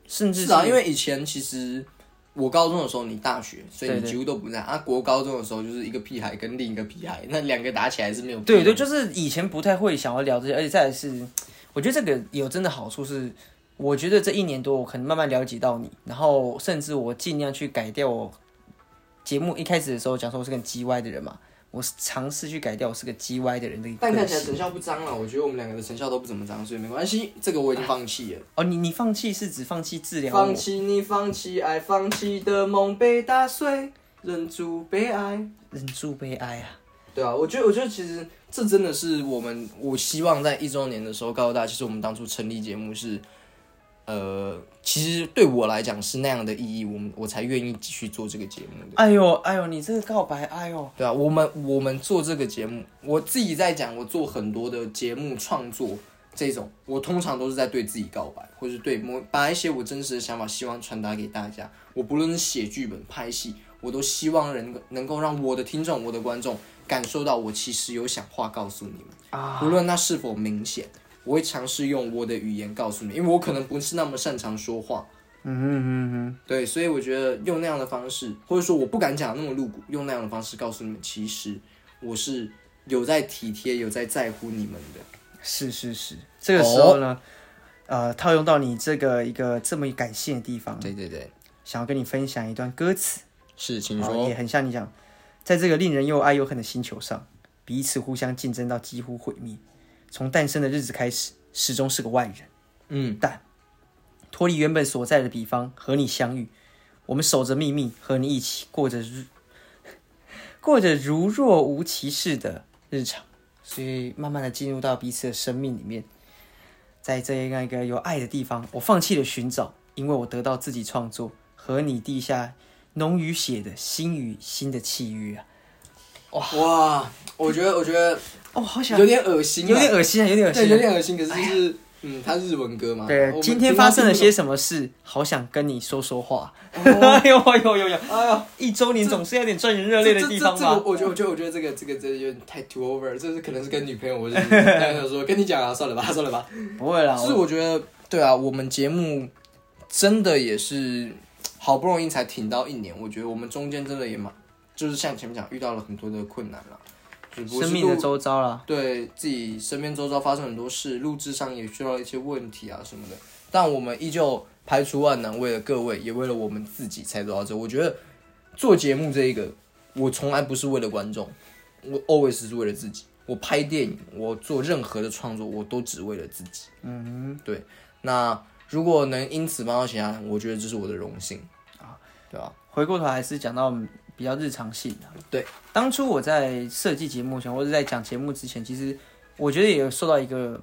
[SPEAKER 2] 甚至
[SPEAKER 1] 是啊，因为以前其实我高中的时候你大学，所以你几乎都不在啊。国高中的时候就是一个屁孩跟另一个屁孩，那两个打起来是没有屁
[SPEAKER 2] 对
[SPEAKER 1] 用的
[SPEAKER 2] 对，就是以前不太会想要聊这些，而且再来是，我觉得这个有真的好处是，我觉得这一年多我可能慢慢了解到你，然后甚至我尽量去改掉我节目一开始的时候讲说我是个很叽歪的人嘛，我尝试去改掉我是个叽歪的人的一个
[SPEAKER 1] 但看
[SPEAKER 2] 个
[SPEAKER 1] 起来
[SPEAKER 2] 性。
[SPEAKER 1] 成效不彰了，我觉得我们两个的成效都不怎么彰，所以没关系，啊这个我已经放弃了。
[SPEAKER 2] 哦，你你放弃是指放弃治疗我
[SPEAKER 1] 放弃你，放弃爱，放弃的梦被打碎，忍住悲哀。
[SPEAKER 2] 忍住悲哀啊？
[SPEAKER 1] 对啊，我觉得，我觉得其实这真的是我们，我希望在一周年的时候告诉大家，其实我们当初成立节目是，呃，其实对我来讲是那样的意义，我们我才愿意继续做这个节目的。
[SPEAKER 2] 哎呦哎呦，你这个告白，哎呦，
[SPEAKER 1] 对啊，我们我们做这个节目，我自己在讲，我做很多的节目创作这种，我通常都是在对自己告白，或是对某把一些我真实的想法，希望传达给大家。我不论是写剧本、拍戏，我都希望能够能够让我的听众、我的观众感受到我其实有想话告诉你们
[SPEAKER 2] 啊，
[SPEAKER 1] 无论那是否明显，我会尝试用我的语言告诉你，因为我可能不是那么擅长说话，
[SPEAKER 2] 嗯哼哼哼，
[SPEAKER 1] 对，所以我觉得用那样的方式，或者说我不敢讲那么露骨，用那样的方式告诉你们，其实我是有在体贴，有在在乎你们的。
[SPEAKER 2] 是是是，这个时候
[SPEAKER 1] 哦
[SPEAKER 2] 呢，呃，套用到你这个一个这么感性的地方，
[SPEAKER 1] 对对对，
[SPEAKER 2] 想要跟你分享一段歌词，
[SPEAKER 1] 是，请
[SPEAKER 2] 啊
[SPEAKER 1] 说。
[SPEAKER 2] 也很像你讲，在这个令人又爱又恨的星球上，彼此互相竞争到几乎毁灭。从诞生的日子开始，始终是个外人。
[SPEAKER 1] 嗯，
[SPEAKER 2] 脱离原本所在的地方，和你相遇。我们守着秘密，和你一起过着如过着如若无其事的日常，所以慢慢的进入到彼此的生命里面。在这样一个有爱的地方，我放弃了寻找，因为我得到自己创作和你地下浓于血的心与心的契约啊！
[SPEAKER 1] 哇哇，我觉得我觉得
[SPEAKER 2] 哦，好想
[SPEAKER 1] 有点恶心啊，
[SPEAKER 2] 有点恶心啊，有点恶
[SPEAKER 1] 对，
[SPEAKER 2] 心、
[SPEAKER 1] 有
[SPEAKER 2] 啊。
[SPEAKER 1] 点恶心。可是就是，嗯，它是日文歌嘛。我
[SPEAKER 2] 对，
[SPEAKER 1] 们
[SPEAKER 2] 今天
[SPEAKER 1] 平常
[SPEAKER 2] 发生了
[SPEAKER 1] 听
[SPEAKER 2] 些什么事？好想跟你说说话。哎呦哎呦呦呦！
[SPEAKER 1] 不懂，哎呀，
[SPEAKER 2] 一周年总是有点赚人热
[SPEAKER 1] 这
[SPEAKER 2] 泪的
[SPEAKER 1] 这
[SPEAKER 2] 地
[SPEAKER 1] 这
[SPEAKER 2] 方
[SPEAKER 1] 这个
[SPEAKER 2] 吧？
[SPEAKER 1] 我觉得我觉得我觉得这个这个这个有点太 too over，了这是可能是跟女朋友，我就是然后想说跟你讲啊，算了吧，算了吧。
[SPEAKER 2] 不会啦，
[SPEAKER 1] 就是我觉得，对啊，我们节目真的也是好不容易才挺到一年，我觉得我们中间真的也蛮，就是像前面讲遇到了很多的困难啦，只不
[SPEAKER 2] 我
[SPEAKER 1] 过
[SPEAKER 2] 生
[SPEAKER 1] 是
[SPEAKER 2] 命的
[SPEAKER 1] 录
[SPEAKER 2] 周遭啦，
[SPEAKER 1] 对自己身边周遭发生很多事，录制上也遇到了一些问题啊什么的，但我们依旧排除万难，为了各位，也为了我们自己才走到这。我觉得做节目这一个，我从来不是为了观众，我 always 是为了自己。我拍电影，我做任何的创作，我都只为了自己。嗯，对。那如果能因此帮到其他人，我觉得这是我的荣幸啊，对吧、
[SPEAKER 2] 回过头还是讲到比较日常性的。
[SPEAKER 1] 对，
[SPEAKER 2] 当初我在设计节目前，或者在讲节目之前，其实我觉得也有受到一个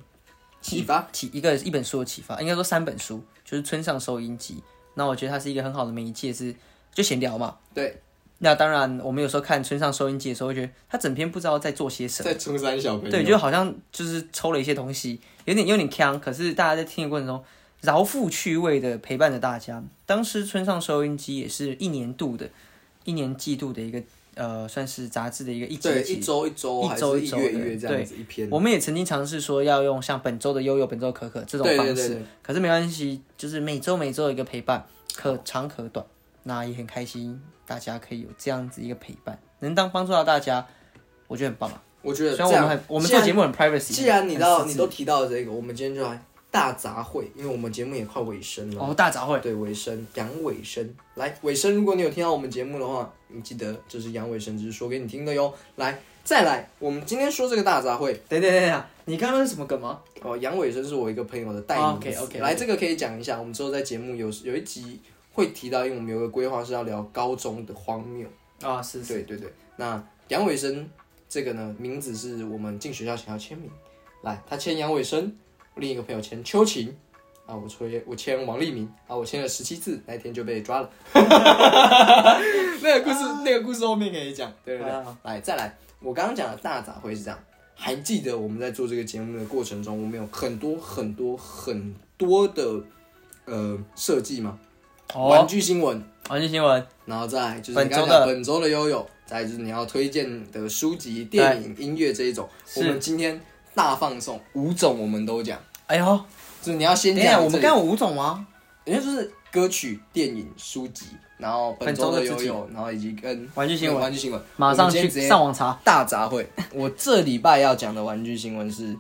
[SPEAKER 1] 启发，
[SPEAKER 2] 启一个一本书的启发，应该说三本书，就是村上收音机。那我觉得它是一个很好的媒介，是就闲聊嘛。
[SPEAKER 1] 对。
[SPEAKER 2] 那当然，我们有时候看村上收音机的时候，会觉得他整篇不知道在做些什么。
[SPEAKER 3] 在中山小朋友，
[SPEAKER 2] 对，就好像就是抽了一些东西，有点有点呛，可是大家在听的过程中，饶富趣味的陪伴着大家。当时村上收音机也是一年度的，一年季度的一个呃，算是杂志的一个一
[SPEAKER 1] 对，
[SPEAKER 2] 节
[SPEAKER 1] 一
[SPEAKER 2] 期。
[SPEAKER 1] 周一周，
[SPEAKER 2] 一
[SPEAKER 1] 还是
[SPEAKER 2] 周一
[SPEAKER 1] 一
[SPEAKER 2] 周
[SPEAKER 1] 月一
[SPEAKER 2] 的
[SPEAKER 1] 月这样子一篇，
[SPEAKER 2] 我们也曾经尝试说要用像本周的悠悠、本周的可可这种
[SPEAKER 1] 对
[SPEAKER 2] 方
[SPEAKER 1] 对
[SPEAKER 2] 式，
[SPEAKER 1] 对对
[SPEAKER 2] 可是没关系，就是每周每周有一个陪伴，可长可短，那也很开心，大家可以有这样子一个陪伴，能当帮助到大家，我觉得很棒啊。
[SPEAKER 1] 我觉得
[SPEAKER 2] 虽
[SPEAKER 1] 这
[SPEAKER 2] 然我
[SPEAKER 1] 样
[SPEAKER 2] 们很我们
[SPEAKER 1] 既
[SPEAKER 2] 做
[SPEAKER 1] 然
[SPEAKER 2] 节目很 privacy，
[SPEAKER 1] 既然你
[SPEAKER 2] 很
[SPEAKER 1] 到
[SPEAKER 2] 私
[SPEAKER 1] 你
[SPEAKER 2] 自
[SPEAKER 1] 都提到了这个，我们今天就来大杂烩，因为我们节目也快尾声了。
[SPEAKER 2] 哦大杂烩。
[SPEAKER 1] 对，尾声，杨尾声，来，尾声，如果你有听到我们节目的话，你记得这是杨尾声，只是说给你听的哟。来，再来，我们今天说这个大杂烩，
[SPEAKER 2] 等等等等，你刚刚是什么梗吗？
[SPEAKER 1] 哦，杨尾声是我一个朋友的代名词。
[SPEAKER 2] OK，OK，OK
[SPEAKER 1] 来，这个可以讲一下，我们之后在节目有有一集会提到，因为我们有个规划是要聊高中的荒谬。
[SPEAKER 2] 啊，是是，
[SPEAKER 1] 对对对，那杨伟生这个呢，名字是我们进学校前要签名，来，他签杨伟生，另一个朋友签秋晴，啊，我签我签王立明，啊，我签了十七次，那一天就被抓了。 那个故事，那个故事后面可以讲，对对对。
[SPEAKER 2] 啊
[SPEAKER 1] 来，再来，我刚刚讲的大杂烩是这样，还记得我们在做这个节目的过程中，我们有很多很多很多的呃设计吗？玩
[SPEAKER 2] 哦，
[SPEAKER 1] 具新闻。
[SPEAKER 2] 玩具新闻，
[SPEAKER 1] 然后再来就是
[SPEAKER 2] 本
[SPEAKER 1] 你刚
[SPEAKER 2] 周
[SPEAKER 1] 才
[SPEAKER 2] 的
[SPEAKER 1] 本周的悠悠，再来就是你要推荐的书籍、电影、音乐这一种，
[SPEAKER 2] 是
[SPEAKER 1] 我们今天大放送，五种我们都讲，
[SPEAKER 2] 哎呦，
[SPEAKER 1] 就是你要先
[SPEAKER 2] 等一下，
[SPEAKER 1] 讲
[SPEAKER 2] 我
[SPEAKER 1] 这
[SPEAKER 2] 们刚
[SPEAKER 1] 里，
[SPEAKER 2] 刚有五种吗？
[SPEAKER 1] 人家就是歌曲、电影、书籍，然后本周的
[SPEAKER 2] 本周的
[SPEAKER 1] 悠
[SPEAKER 2] 自己
[SPEAKER 1] 悠，然后以及跟
[SPEAKER 2] 玩具新闻
[SPEAKER 1] 跟玩具新闻，
[SPEAKER 2] 马上
[SPEAKER 1] 我们今
[SPEAKER 2] 去
[SPEAKER 1] 天直接
[SPEAKER 2] 上网查。
[SPEAKER 1] 大杂烩。我这礼拜要讲的玩具新闻是。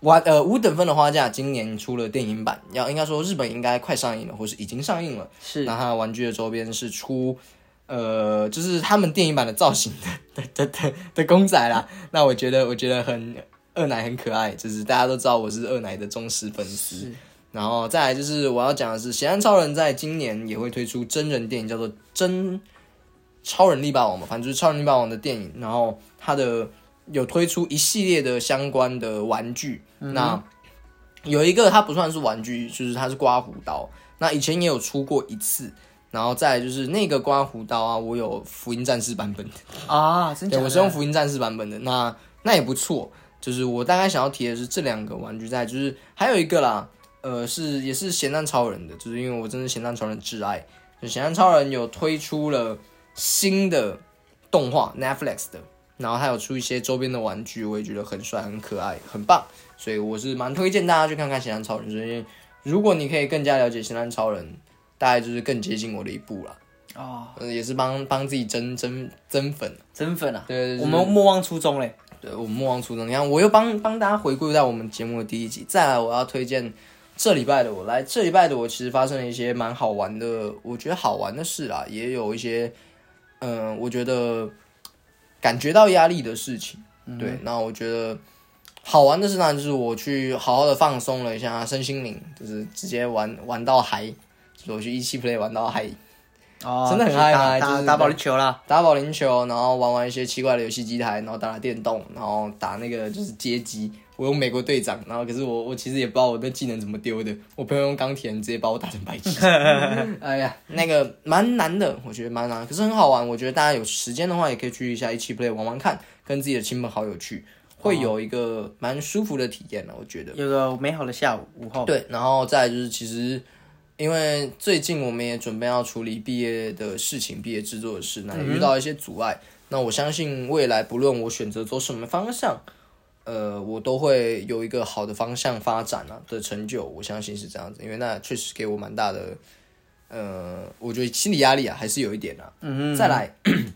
[SPEAKER 1] 玩呃五等分的花嫁今年出了电影版，要应该说日本应该快上映了，或是已经上映了。
[SPEAKER 2] 是
[SPEAKER 1] 那它的玩具的周边是出，呃，就是他们电影版的造型的的的的的公仔啦。那我觉得我觉得很二奶很可爱，就是大家都知道我是二奶的忠实粉丝
[SPEAKER 2] 是。
[SPEAKER 1] 然后再来就是我要讲的是，《血汗超人》在今年也会推出真人电影，叫做《真超人力霸王》嘛，反正就是超人力霸王的电影。然后它的有推出一系列的相关的玩具，那有一个它不算是玩具，就是它是刮胡刀。那以前也有出过一次，然后再来就是那个刮胡刀啊，我有福音战士版本的，
[SPEAKER 2] 啊，真假
[SPEAKER 1] 对
[SPEAKER 2] 的？
[SPEAKER 1] 我是用福音战士版本的，那那也不错。就是我大概想要提的是这两个玩具在，就是还有一个啦，呃，是也是咸蛋超人的，就是因为我真的是咸蛋超人挚爱，就咸蛋超人有推出了新的动画 Netflix 的，然后还有出一些周边的玩具，我也觉得很帅、很可爱、很棒，所以我是蛮推荐大家去看看咸蛋超人，就是因为如果你可以更加了解新兰超人，大概就是更接近我的一步了。
[SPEAKER 2] 哦，
[SPEAKER 1] 呃也是帮帮自己增增增粉。
[SPEAKER 2] 真粉啊！
[SPEAKER 1] 对对对
[SPEAKER 2] 我们莫忘初衷嘞。
[SPEAKER 1] 对，我们莫忘初衷。你看，我又帮帮大家回顾到我们节目的第一集。再来，我要推荐这礼拜的我来，这礼拜的我其实发生了一些蛮好玩的，我觉得好玩的事啦，也有一些，嗯、我觉得感觉到压力的事情。对，那我觉得好玩的事当然就是我去好好的放松了一下身心灵，就是直接玩玩到嗨，就是我去一七 play 玩到嗨，
[SPEAKER 2] 哦，
[SPEAKER 1] 真的很嗨啊
[SPEAKER 2] 打打
[SPEAKER 1] 就是
[SPEAKER 2] 打保龄球 啦。
[SPEAKER 1] 打保龄球，然后玩玩一些奇怪的游戏机台，然后打打电动，然后打那个就是街机。我用美国队长，然后可是我我其实也不知道我的技能怎么丢的，我朋友用钢铁人直接把我打成白痴。哎呀，那个蛮难的，我觉得蛮难，可是很好玩。我觉得大家有时间的话，也可以去一下一起 play 玩玩看，跟自己的亲朋好友去，会有一个蛮舒服的体验啊的，我觉得。
[SPEAKER 2] 有个美好的下午午后。
[SPEAKER 1] 对，然后再来就是其实。因为最近我们也准备要处理毕业的事情、毕业制作的事，那也遇到一些阻碍。那我相信未来，不论我选择走什么方向，呃，我都会有一个好的方向发展啊的成就。我相信是这样子，因为那确实给我蛮大的，呃，我觉得心理压力啊还是有一点啊。嗯再来，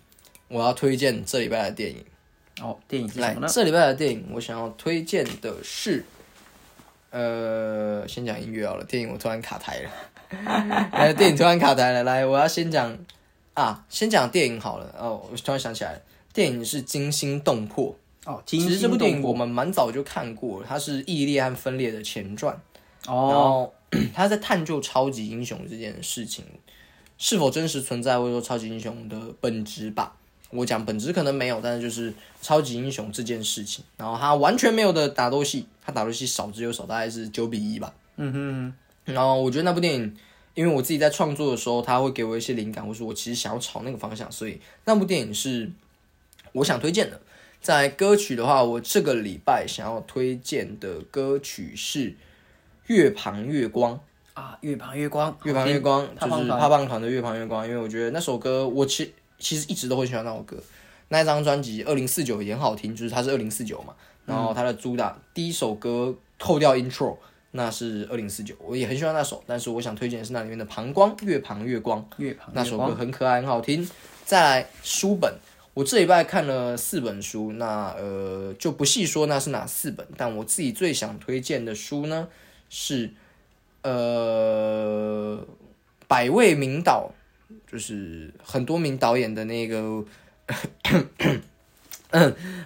[SPEAKER 1] 我要推荐这礼拜的电影。
[SPEAKER 2] 哦，电影是
[SPEAKER 1] 来
[SPEAKER 2] 什么，呢？
[SPEAKER 1] 这礼拜的电影我想要推荐的是，呃，先讲音乐好了。电影我突然卡 台了，呃，电影突然卡台了。来，我要先讲啊，先讲电影好了。哦，我突然想起来了，电影是《惊心动魄》。
[SPEAKER 2] 哦，
[SPEAKER 1] 其实这部
[SPEAKER 2] 惊心动
[SPEAKER 1] 电影我们蛮早就看过了，它是《异裂和分裂》的前传。然
[SPEAKER 2] 哦，
[SPEAKER 1] 后他在探究超级英雄这件事情是否真实存在，或者说超级英雄的本质吧。我讲本质可能没有，但是就是超级英雄这件事情，然后他完全没有的打斗戏，他打斗戏少之又少，大概是九比一吧。嗯哼，然后我觉得那部电影，因为我自己在创作的时候，他会给我一些灵感，或是我其实想要朝那个方向，所以那部电影是我想推荐的。在歌曲的话，我这个礼拜想要推荐的歌曲是月旁月光，
[SPEAKER 2] 啊，月旁月光，哦
[SPEAKER 1] 月旁月光
[SPEAKER 2] 好听
[SPEAKER 1] 就是
[SPEAKER 2] 胖胖团
[SPEAKER 1] 胖胖团的月旁月光，因为我觉得那首歌我其其实一直都很喜欢那首歌，那一张专辑二零四九也很好听，就是它是二零四九嘛，然后它的主打、第一首歌扣掉 intro 那是二零四九，我也很喜欢那首，但是我想推荐的是那里面的膀胱月旁月光。
[SPEAKER 2] 月旁
[SPEAKER 1] 那
[SPEAKER 2] 月
[SPEAKER 1] 首
[SPEAKER 2] 光
[SPEAKER 1] 歌很可爱，很好听。再来书本，我这礼拜看了四本书，那呃就不细说那是哪四本，但我自己最想推荐的书呢是呃百位名导，就是很多名导演的那个，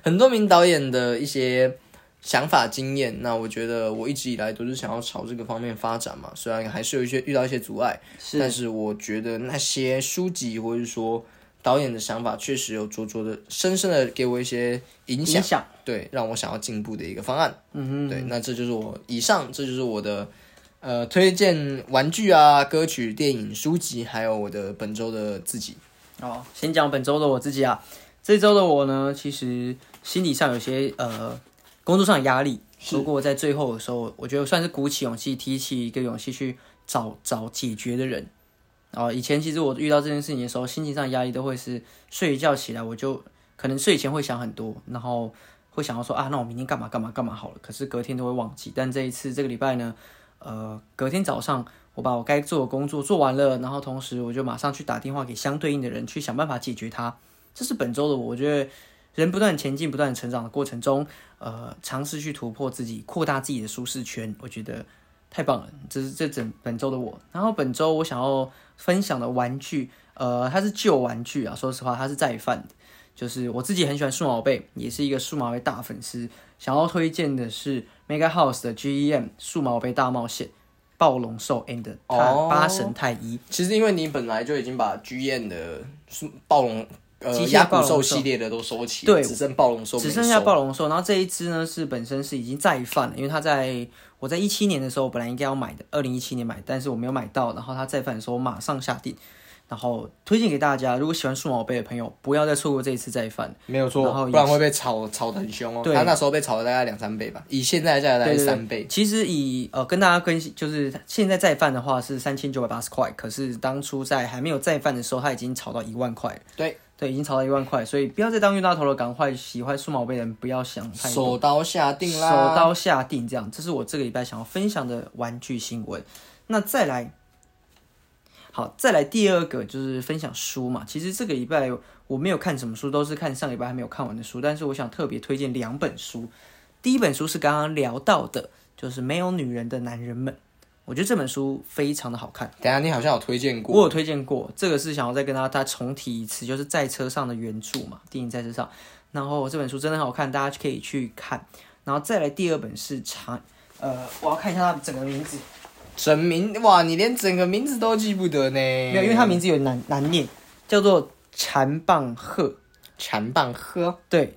[SPEAKER 1] 很多名导演的一些。想法、经验，那我觉得我一直以来都是想要朝这个方面发展嘛，虽然还是有一些遇到一些阻碍，但
[SPEAKER 2] 是
[SPEAKER 1] 是我觉得那些书籍或者说导演的想法，确实有灼灼的、深深的给我一些影响，
[SPEAKER 2] 影响
[SPEAKER 1] 对，让我想要进步的一个方案。嗯哼，对，那这就是我以上，这就是我的呃推荐玩具啊、歌曲、电影、书籍，还有我的本周的自己。
[SPEAKER 2] 哦。先讲本周的我自己啊，这周的我呢，其实心理上有些呃工作上的压力，不过在最后的时候，我觉得算是鼓起勇气，提起一个勇气去找找解决的人。哦，以前其实我遇到这件事情的时候，心情上的压力都会是睡一觉起来，我就可能睡前会想很多，然后会想要说啊，那我明天干嘛干嘛干嘛好了，可是隔天都会忘记。但这一次这个礼拜呢，呃，隔天早上我把我该做的工作做完了，然后同时我就马上去打电话给相对应的人去想办法解决它。这是本周的我，我觉得人不断前进、不断成长的过程中，呃，尝试去突破自己，扩大自己的舒适圈，我觉得太棒了。这是这整本周的我。然后本周我想要分享的玩具，呃，它是旧玩具啊，说实话它是再犯的。就是我自己很喜欢数码宝贝，也是一个数码宝贝大粉丝。想要推荐的是 Mega House 的 GEM 数码宝贝大冒险暴龙兽 and 它
[SPEAKER 1] 哦
[SPEAKER 2] 八神太一。
[SPEAKER 1] 其实因为你本来就已经把剧院的暴龙呃
[SPEAKER 2] 极限
[SPEAKER 1] 鸭骨
[SPEAKER 2] 暴龙
[SPEAKER 1] 兽
[SPEAKER 2] 兽
[SPEAKER 1] 系列的都收起，
[SPEAKER 2] 对
[SPEAKER 1] 只剩暴龙兽没收，
[SPEAKER 2] 只剩下暴龙兽，然后这一只呢是本身是已经再犯了，因为它在我在一七年的时候本来应该要买的，二零一七年买，但是我没有买到，然后它再犯的时候我马上下定，然后推荐给大家，如果喜欢数码宝贝的朋友，不要再错过这一次再犯，
[SPEAKER 3] 没有
[SPEAKER 2] 然后
[SPEAKER 3] 错，
[SPEAKER 1] 不然会被炒炒得很凶哦。
[SPEAKER 2] 对
[SPEAKER 1] 他那时候被炒了大概两三倍吧，以现在的价格大概
[SPEAKER 2] 对对对
[SPEAKER 1] 三倍。
[SPEAKER 2] 其实以呃跟大家更新，就是现在再犯的话是三千九百八十块，可是当初在还没有再犯的时候，它已经炒到一万块了。
[SPEAKER 1] 对，
[SPEAKER 2] 对，已经炒到一万块，所以不要再当冤大头了，赶快喜欢数码宝贝的人不要想太多。
[SPEAKER 1] 手刀下定啦，
[SPEAKER 2] 手刀下定，这样，这是我这个礼拜想要分享的玩具新闻。那再来，好，再来第二个就是分享书嘛。其实这个礼拜我没有看什么书，都是看上礼拜还没有看完的书。但是我想特别推荐两本书。第一本书是刚刚聊到的，就是《没有女人的男人们》，我觉得这本书非常的好看。
[SPEAKER 3] 等一下你好像有推荐
[SPEAKER 2] 我
[SPEAKER 3] 过，
[SPEAKER 2] 有推荐过，这个是想要再跟大家重提一次，就是在车上的原著嘛，电影在车上。然后这本书真的很好看，大家可以去看。然后再来第二本是长，呃，我要看一下它整个名字，
[SPEAKER 1] 整名哇，你连整个名字都记不得呢。
[SPEAKER 2] 没有，因为它名字有难难念，叫做缠棒鹤。
[SPEAKER 1] 缠棒喝
[SPEAKER 2] 对，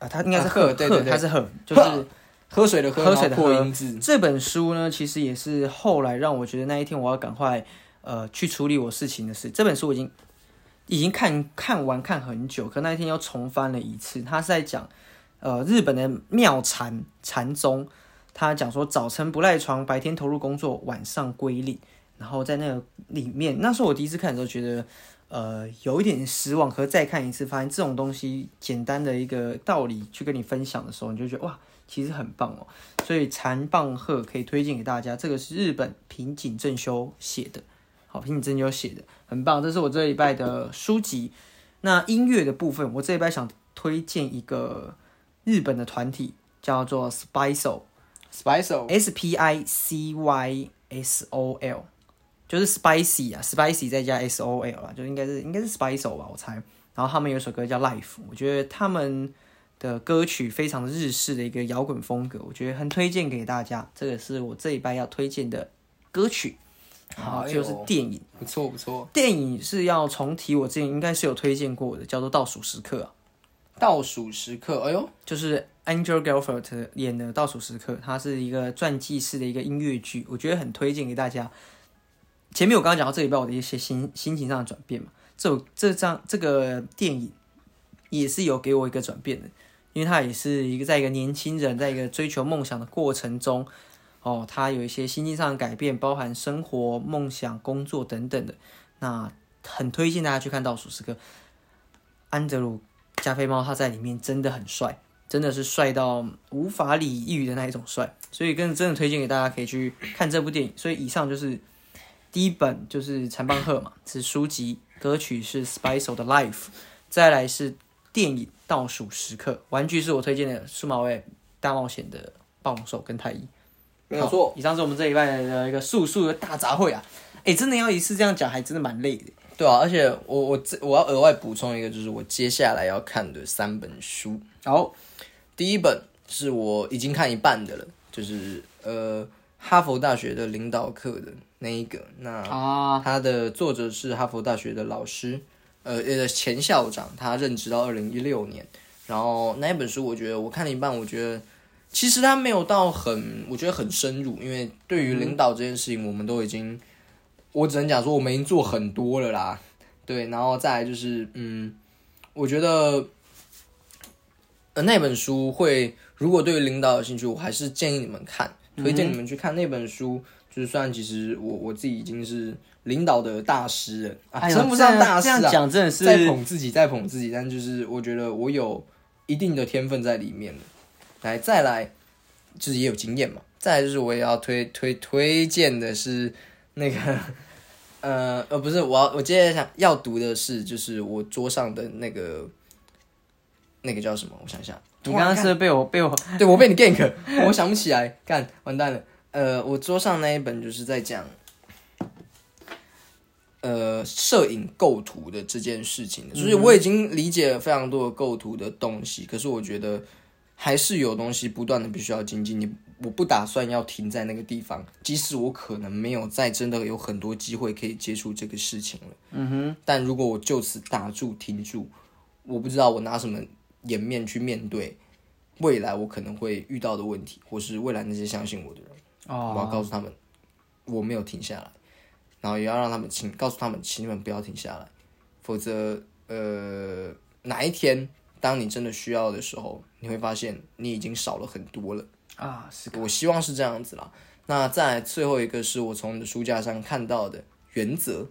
[SPEAKER 2] 啊，它应该是
[SPEAKER 1] 啊
[SPEAKER 2] 鹤，
[SPEAKER 1] 鹤对
[SPEAKER 2] 鹤
[SPEAKER 1] 对对
[SPEAKER 2] 它是鹤，就是
[SPEAKER 1] 喝水的喝，
[SPEAKER 2] 喝水
[SPEAKER 1] 然
[SPEAKER 2] 的
[SPEAKER 1] 后
[SPEAKER 2] 喝
[SPEAKER 1] 破音字。
[SPEAKER 2] 这本书呢，其实也是后来让我觉得那一天我要赶快呃去处理我事情的事。这本书我已经已经看看完看很久，可那一天又重翻了一次。他是在讲呃日本的妙禅禅宗，他讲说早晨不赖床，白天投入工作，晚上归零。然后在那个里面，那时候我第一次看的时候觉得。呃，有一点失望，可是再看一次，发现这种东西简单的一个道理去跟你分享的时候，你就觉得哇，其实很棒哦。所以残棒鹤可以推荐给大家，这个是日本平井正修写的，好，平井正修写的很棒，这是我这礼拜的书籍。那音乐的部分，我这礼拜想推荐一个日本的团体，叫做 Spice，S
[SPEAKER 1] Spice
[SPEAKER 2] P I C Y S O L，就是 Spicy 啊，Spicy 再加 S O L 啊，就应该是应该是 Spice 吧，我猜。然后他们有一首歌叫《Life》，我觉得他们的歌曲非常日式的一个摇滚风格，我觉得很推荐给大家。这个是我这一拜要推荐的歌曲，然后
[SPEAKER 1] 哎呦
[SPEAKER 2] 就是电影。
[SPEAKER 1] 不错不错，
[SPEAKER 2] 电影是要重提，我之前应该是有推荐过的，叫做《倒数时刻》啊，
[SPEAKER 1] 倒数时刻，哎呦，
[SPEAKER 2] 就是 Angel Gelfert 演的《倒数时刻》，它是一个传记式的一个音乐剧，我觉得很推荐给大家。前面我刚刚讲到这一拜我的一些心心情上的转变嘛，这首这张这个电影也是有给我一个转变的，因为它也是一个在一个年轻人在一个追求梦想的过程中，哦，他有一些心境上的改变，包含生活、梦想、工作等等的。那很推荐大家去看《倒数时刻》，安德鲁加菲猫他在里面真的很帅，真的是帅到无法理喻的那一种帅，所以跟真的推荐给大家可以去看这部电影。所以以上就是第一本就是《残棒鹤》嘛，是书籍，歌曲是 Spice 的 Life，再来是电影《倒数时刻》，玩具是我推荐的数码位大冒险的暴龙兽跟太一，
[SPEAKER 1] 没有错
[SPEAKER 2] 好。以上是我们这一拜的一个速速的大杂烩啊，哎、真的要一次这样讲，还真的蛮累的。
[SPEAKER 1] 对啊，而且我我这我要额外补充一个，就是我接下来要看的三本书。
[SPEAKER 2] 好，
[SPEAKER 1] 第一本是我已经看一半的了，就是呃哈佛大学的领导课的那一个。那
[SPEAKER 2] 啊，
[SPEAKER 1] 它的作者是哈佛大学的老师，呃呃前校长，他任职到二零一六年。然后那一本书，我觉得我看了一半，我觉得其实它没有到很，我觉得很深入，因为对于领导这件事情，我们都已经，我只能讲说我们已经做很多了啦。对，然后再来就是，嗯，我觉得，呃，那本书会，如果对于领导有兴趣，我还是建议你们看，推荐你们去看那本书。就是虽然其实我我自己已经是领导的大师了，啊，
[SPEAKER 2] 哎呦
[SPEAKER 1] 称不上
[SPEAKER 2] 这样
[SPEAKER 1] 大师啊
[SPEAKER 2] 这样，讲真的是
[SPEAKER 1] 在捧自己，在捧自己，但就是我觉得我有一定的天分在里面的。来，再来，就是也有经验嘛。再来就是我也要推推推荐的是那个，呃呃，不是，我要我接着想要读的是，就是我桌上的那个那个叫什么？我想一下，
[SPEAKER 2] 你刚刚是不是被我被我
[SPEAKER 1] 对我被你 gank，我想不起来，干完蛋了。呃，我桌上那一本就是在讲，呃，摄影构图的这件事情的，就是我已经理解了非常多的构图的东西，可是我觉得还是有东西不断的必须要精进。你我不打算要停在那个地方，即使我可能没有再真的有很多机会可以接触这个事情了。嗯哼，但如果我就此打住停住，我不知道我拿什么颜面去面对。未来我可能会遇到的问题，或是未来那些相信我的人，我要
[SPEAKER 2] 哦，
[SPEAKER 1] 告诉他们，我没有停下来，然后也要让他们请告诉他们，请你们不要停下来，否则呃哪一天当你真的需要的时候，你会发现你已经少了很多了。
[SPEAKER 2] 啊是
[SPEAKER 1] 我希望是这样子啦。那再来最后一个是我从你的书架上看到的《原则》，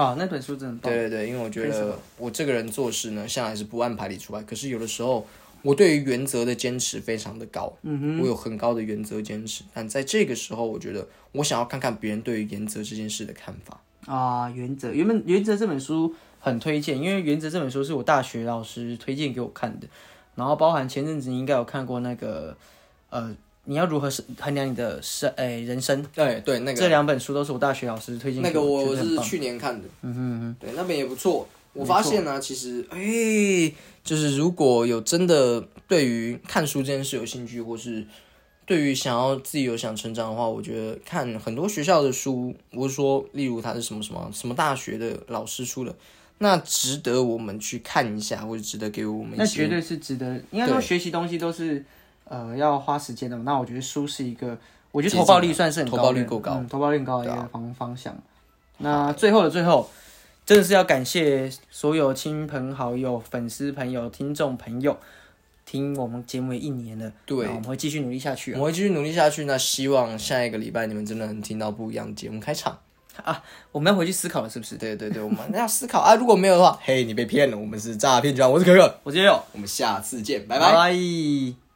[SPEAKER 2] 哦，那本书真的很棒。
[SPEAKER 1] 对对对，因为我觉得我这个人做事呢，向来是不按牌理出牌。可是有的时候，我对于原则的坚持非常的高，嗯、我有很高的原则坚持。但在这个时候，我觉得我想要看看别人对于原则这件事的看法。
[SPEAKER 2] 啊、原则原本《原则》这本书很推荐，因为《原则》这本书是我大学老师推荐给我看的，然后包含前阵子你应该有看过那个，呃，你要如何是衡量你的生诶、人生，
[SPEAKER 1] 对对，那个
[SPEAKER 2] 这两本书都是我大学老师推荐
[SPEAKER 1] 那
[SPEAKER 2] 给
[SPEAKER 1] 个我
[SPEAKER 2] 我，觉得很
[SPEAKER 1] 是
[SPEAKER 2] 棒
[SPEAKER 1] 去年看的，嗯嗯嗯，对，那本也不错。我发现呢、其实哎、就是如果有真的对于看书这件事有兴趣，或是对于想要自己有想成长的话，我觉得看很多学校的书，我是说，例如他是什么什么什么大学的老师出的，那值得我们去看一下，或者值得给我们
[SPEAKER 2] 那
[SPEAKER 1] 一些
[SPEAKER 2] 绝对是值得。应该说学习东西都是呃要花时间的嘛。那我觉得书是一个，我觉得投报率算是很高的，
[SPEAKER 1] 投报率够高啊
[SPEAKER 2] 嗯，投报率很高的一个方、方向。那最后的最后，真的是要感谢所有亲朋好友、粉丝朋友、听众朋友，听我们节目也一年了，
[SPEAKER 1] 对
[SPEAKER 2] 那我们会继续努力下去啊。
[SPEAKER 1] 我会继续努力下去。那希望下一个礼拜你们真的能听到不一样的节目开场。
[SPEAKER 2] 啊我们要回去思考了，是不是？
[SPEAKER 1] 对对对，我们要思考啊，如果没有的话，
[SPEAKER 3] 嘿，你被骗了，我们是诈骗集团，我是可可，
[SPEAKER 2] 我觉得有，
[SPEAKER 1] 我们下次见，拜拜。
[SPEAKER 2] 拜。